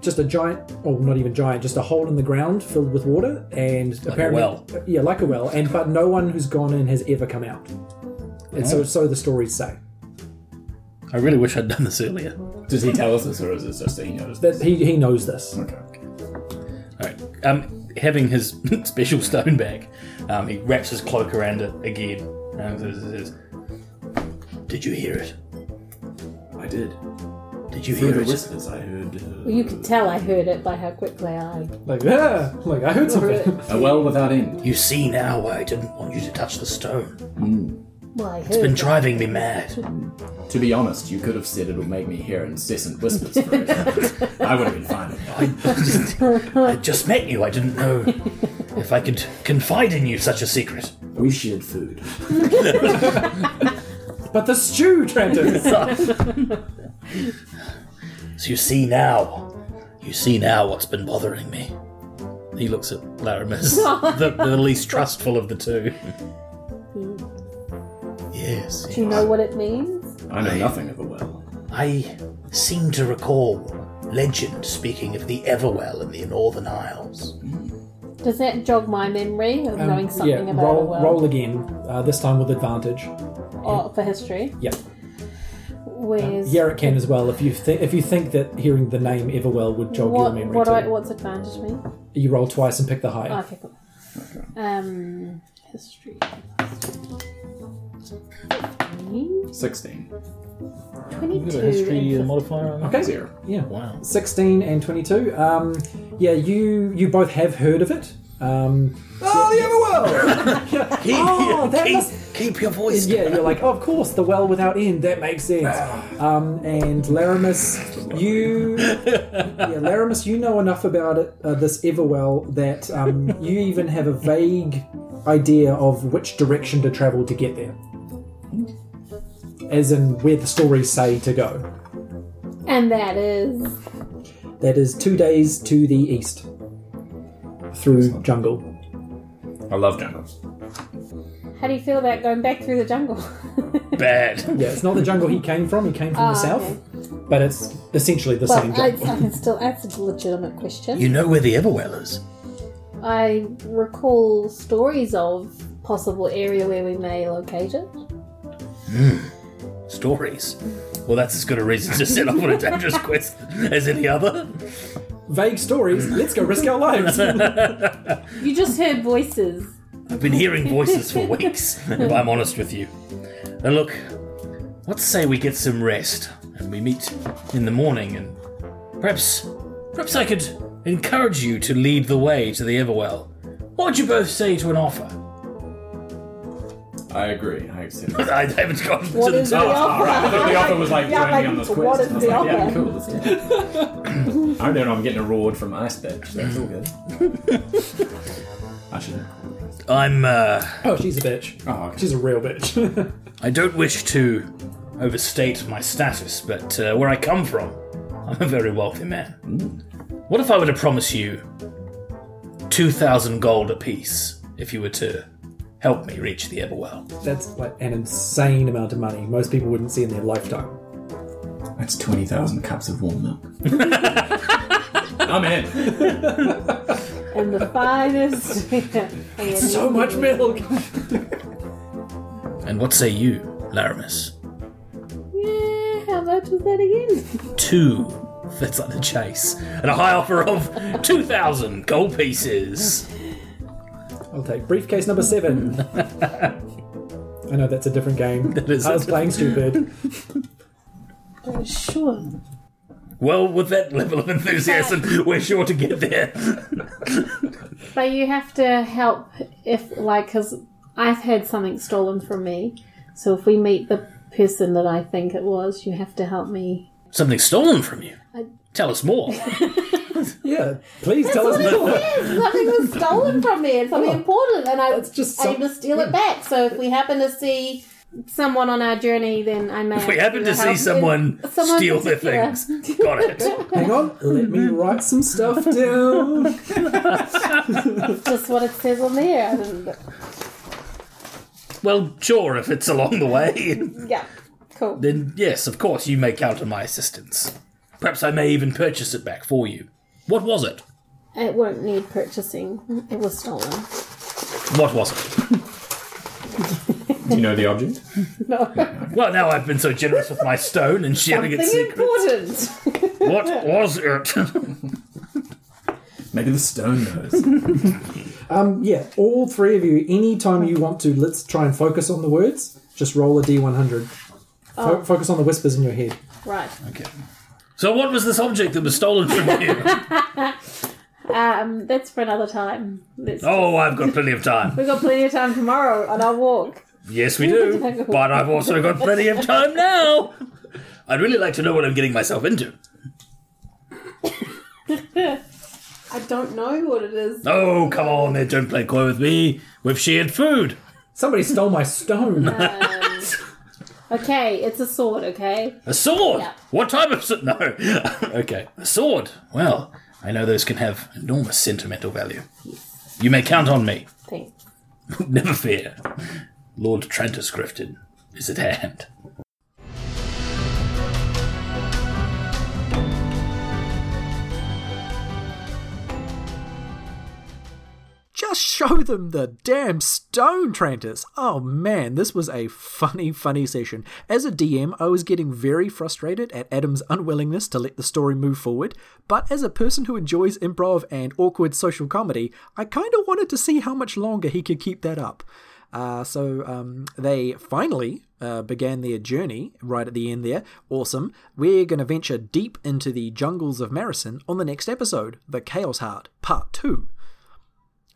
just a giant, or not even giant, just a hole in the ground filled with water, and apparently,
well.
yeah, like a well. And but no one who's gone in has ever come out, and so so the stories say.
I really wish I'd done this earlier.
Does he tell us this, or is it just that he knows
That he he knows this.
Okay.
Alright, um, having his special stone back, um, he wraps his cloak around it again and says, says, Did you hear it?
I did.
Did you
Through
hear
the
it?
whispers, I heard uh,
You could tell I heard it by how quickly I
Like yeah, like I heard
heard
something.
it.
uh,
a well without end.
You see now why I didn't want you to touch the stone.
Well, I heard
It's been
it.
driving me mad.
To be honest, you could have said it'll make me hear incessant whispers. For it. I would have been fine. with that.
I just met you. I didn't know if I could confide in you such a secret.
We shared food.
But the stew, Trenton.
So you see now. You see now what's been bothering me. He looks at Laramis, the, the least trustful of the two. Yes.
Do you know what it means?
I know nothing of a well.
I seem to recall legend speaking of the Everwell in the Northern Isles.
Does that jog my memory of knowing
Um, yeah,
something about
roll,
a world
roll again. Uh, this time with advantage.
Oh, for history?
Yeah, Um,
Where's
Yarrick can as well. If you think if you think that hearing the name Everwell would jog your
what?
memory,
What do I,
too.
what's advantage mean?
you roll twice and pick the higher.
Oh, okay, cool. Um, history.
Sixteen.
Twenty-two. and
modifier
Oh.
on
okay,
Zero.
yeah,
Wow.
sixteen and twenty-two. Um, yeah, you you both have heard of it. Um, oh, the Everwell! yeah. Oh, that
keep,
must,
keep your voice
Yeah, you're like, oh, of course, the well without end. That makes sense. Um, and Laramus, you, yeah, Laramus, you know enough about it, uh, this Everwell that um, you even have a vague idea of which direction to travel to get there, as in where the stories say to go.
And that is
That is two days to the east through jungle.
I love jungles.
how do you feel about going back through the jungle?
bad.
Yeah, it's not the jungle he came from. He came from
Ah,
the south,
okay.
but it's essentially the same
But I, I
jungle.
can still that's a legitimate question.
You know where the Everwell is?
I recall stories of possible area where we may locate it.
Stories. Well, that's as good a reason to set off on a dangerous quest as any other.
Vague stories. Let's go risk our lives.
You just heard voices.
I've been hearing voices for weeks, if I'm honest with you. And look, let's say we get some rest and we meet in the morning, and perhaps, perhaps I could encourage you to lead the way to the Everwell. What would you both say to an offer?
I agree. I accept. it.
I haven't gotten
What
to
is
the
the
top.
offer?
Oh, I thought the offer was like
Yeah,
join me
like,
on this
what
quest.
is
I was
the
like, yeah,
offer?
cool. Let's do it. I don't know. I'm getting a reward from Ice Bitch. That's all good. I shouldn't.
I'm. Uh,
Oh, she's a bitch.
Oh, okay.
She's a real bitch.
I don't wish to overstate my status, but uh, where I come from, I'm a very wealthy man. What if I were to promise you 2,000 gold apiece if you were to help me reach the Everwell?
That's like an insane amount of money most people wouldn't see in their lifetime.
That's 20,000 cups of Oh, warm milk. I'm in.
And the finest. it's
So much milk!
And what say you, Laramus?
Yeah, how much was that again?
Two. That's like the chase. And a high offer of 2,000 gold pieces.
I'll take briefcase number seven. I know that's a different game.
is
I
a
was playing stupid.
Oh, sure.
Well, with that level of enthusiasm, we're sure to get there.
But you have to help if, like, because I've had something stolen from me. So if we meet the person that I think it was, you have to help me.
Something stolen from you.
I-
Tell us more.
Yeah, please tell us more.
Something was stolen from me. It's
Oh,
something important, and I was
just
able
some-
to steal it back. So if we happen to see someone on our journey, then I may.
If we happen to see someone steal their things, got it.
Hang on, let me write some stuff down.
Just what it says on there. I didn't-
Well, sure, if it's along the way,
Yeah, cool.
then yes, of course, you may count on my assistance. Perhaps I may even purchase it back for you. What was it?
It won't need purchasing. It was stolen.
What was it?
Do you know the object?
Well, now I've been so generous with my stone and sharing its
Something
secret.
important.
What was it?
Maybe the stone knows.
Yeah, all three of you, anytime you want to, let's try and focus on the words. Just roll a d100. Fo-
Oh.
Focus on the whispers in your head.
Right.
okay. So, what was this object that was stolen from you?
Um, that's for another time. Let's,
Oh, I've got plenty of time.
We've got plenty of time tomorrow on our walk.
Yes, we do. But I've also got plenty of time now. I'd really like to know what I'm getting myself into.
I don't know what it is.
Oh, come on there, don't play coy with me. We've shared food.
Somebody stole my
Oh,
stone.
Okay, it's a sword, okay?
A sword!
Yeah.
What type of sword? No. okay. A sword. Well, I know those can have enormous sentimental value. You may count on me.
Thanks.
Never fear. Lord Trantis Grifton is at hand.
Just show them the damn stone, Trantis. Oh man, this was a funny, funny session. As a DM, I was getting very frustrated at Adam's unwillingness to let the story move forward, but as a person who enjoys improv and awkward social comedy, I kinda wanted to see how much longer he could keep that up. Uh, so um, they finally uh, began their journey right at the end there. Awesome. We're going to venture deep into the jungles of Marison on the next episode, The Chaos Heart, Part 2.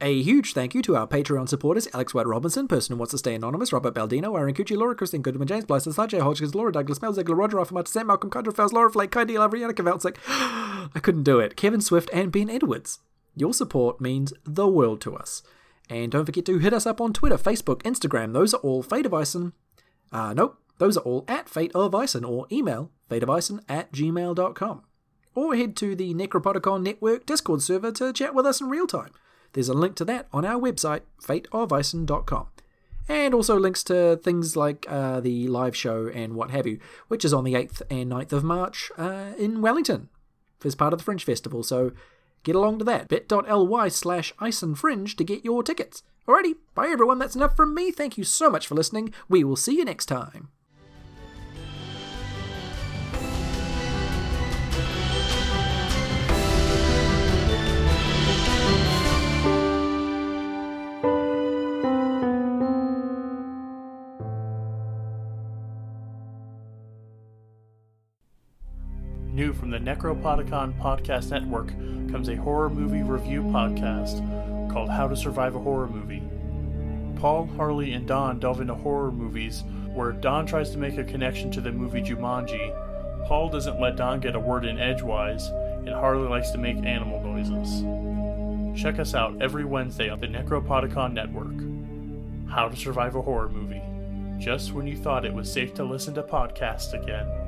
A huge thank you to our Patreon supporters Alex White Robinson, Person Who Wants to Stay Anonymous, Robert Baldino, Aaron Cucci, Laura Christine Goodman, James Blyson, Sajay Hodgkins, Laura Douglas, Mel Ziegler, Roger Offermut, Sam Malcolm, Contra Fowles, Laura Flake, Kai Deal, Ariana Kavalsik. I couldn't do it. Kevin Swift and Ben Edwards. Your support means the world to us. And don't forget to hit us up on Twitter, Facebook, Instagram. Those are all Fate of Ison. Uh, nope, those are all at Fate of Ison or email fateofison at gmail.com. Or head to the Necropodicon Network Discord server to chat with us in real time. There's a link to that on our website, fateofison.com. And also links to things like uh, the live show and what have you, which is on the 8th and 9th of March uh, in Wellington as part of the Fringe Festival. So get along to that. bit.ly slash Fringe to get your tickets. Alrighty, bye everyone. That's enough from me. Thank you so much for listening. We will see you next time.
New from the Necropodicon Podcast Network comes a horror movie review podcast called How to Survive a Horror Movie. Paul, Harley, and Don delve into horror movies where Don tries to make a connection to the movie Jumanji. Paul doesn't let Don get a word in edgewise, and Harley likes to make animal noises. Check us out every Wednesday on the Necropodicon Network. How to Survive a Horror Movie. Just when you thought it was safe to listen to podcasts again,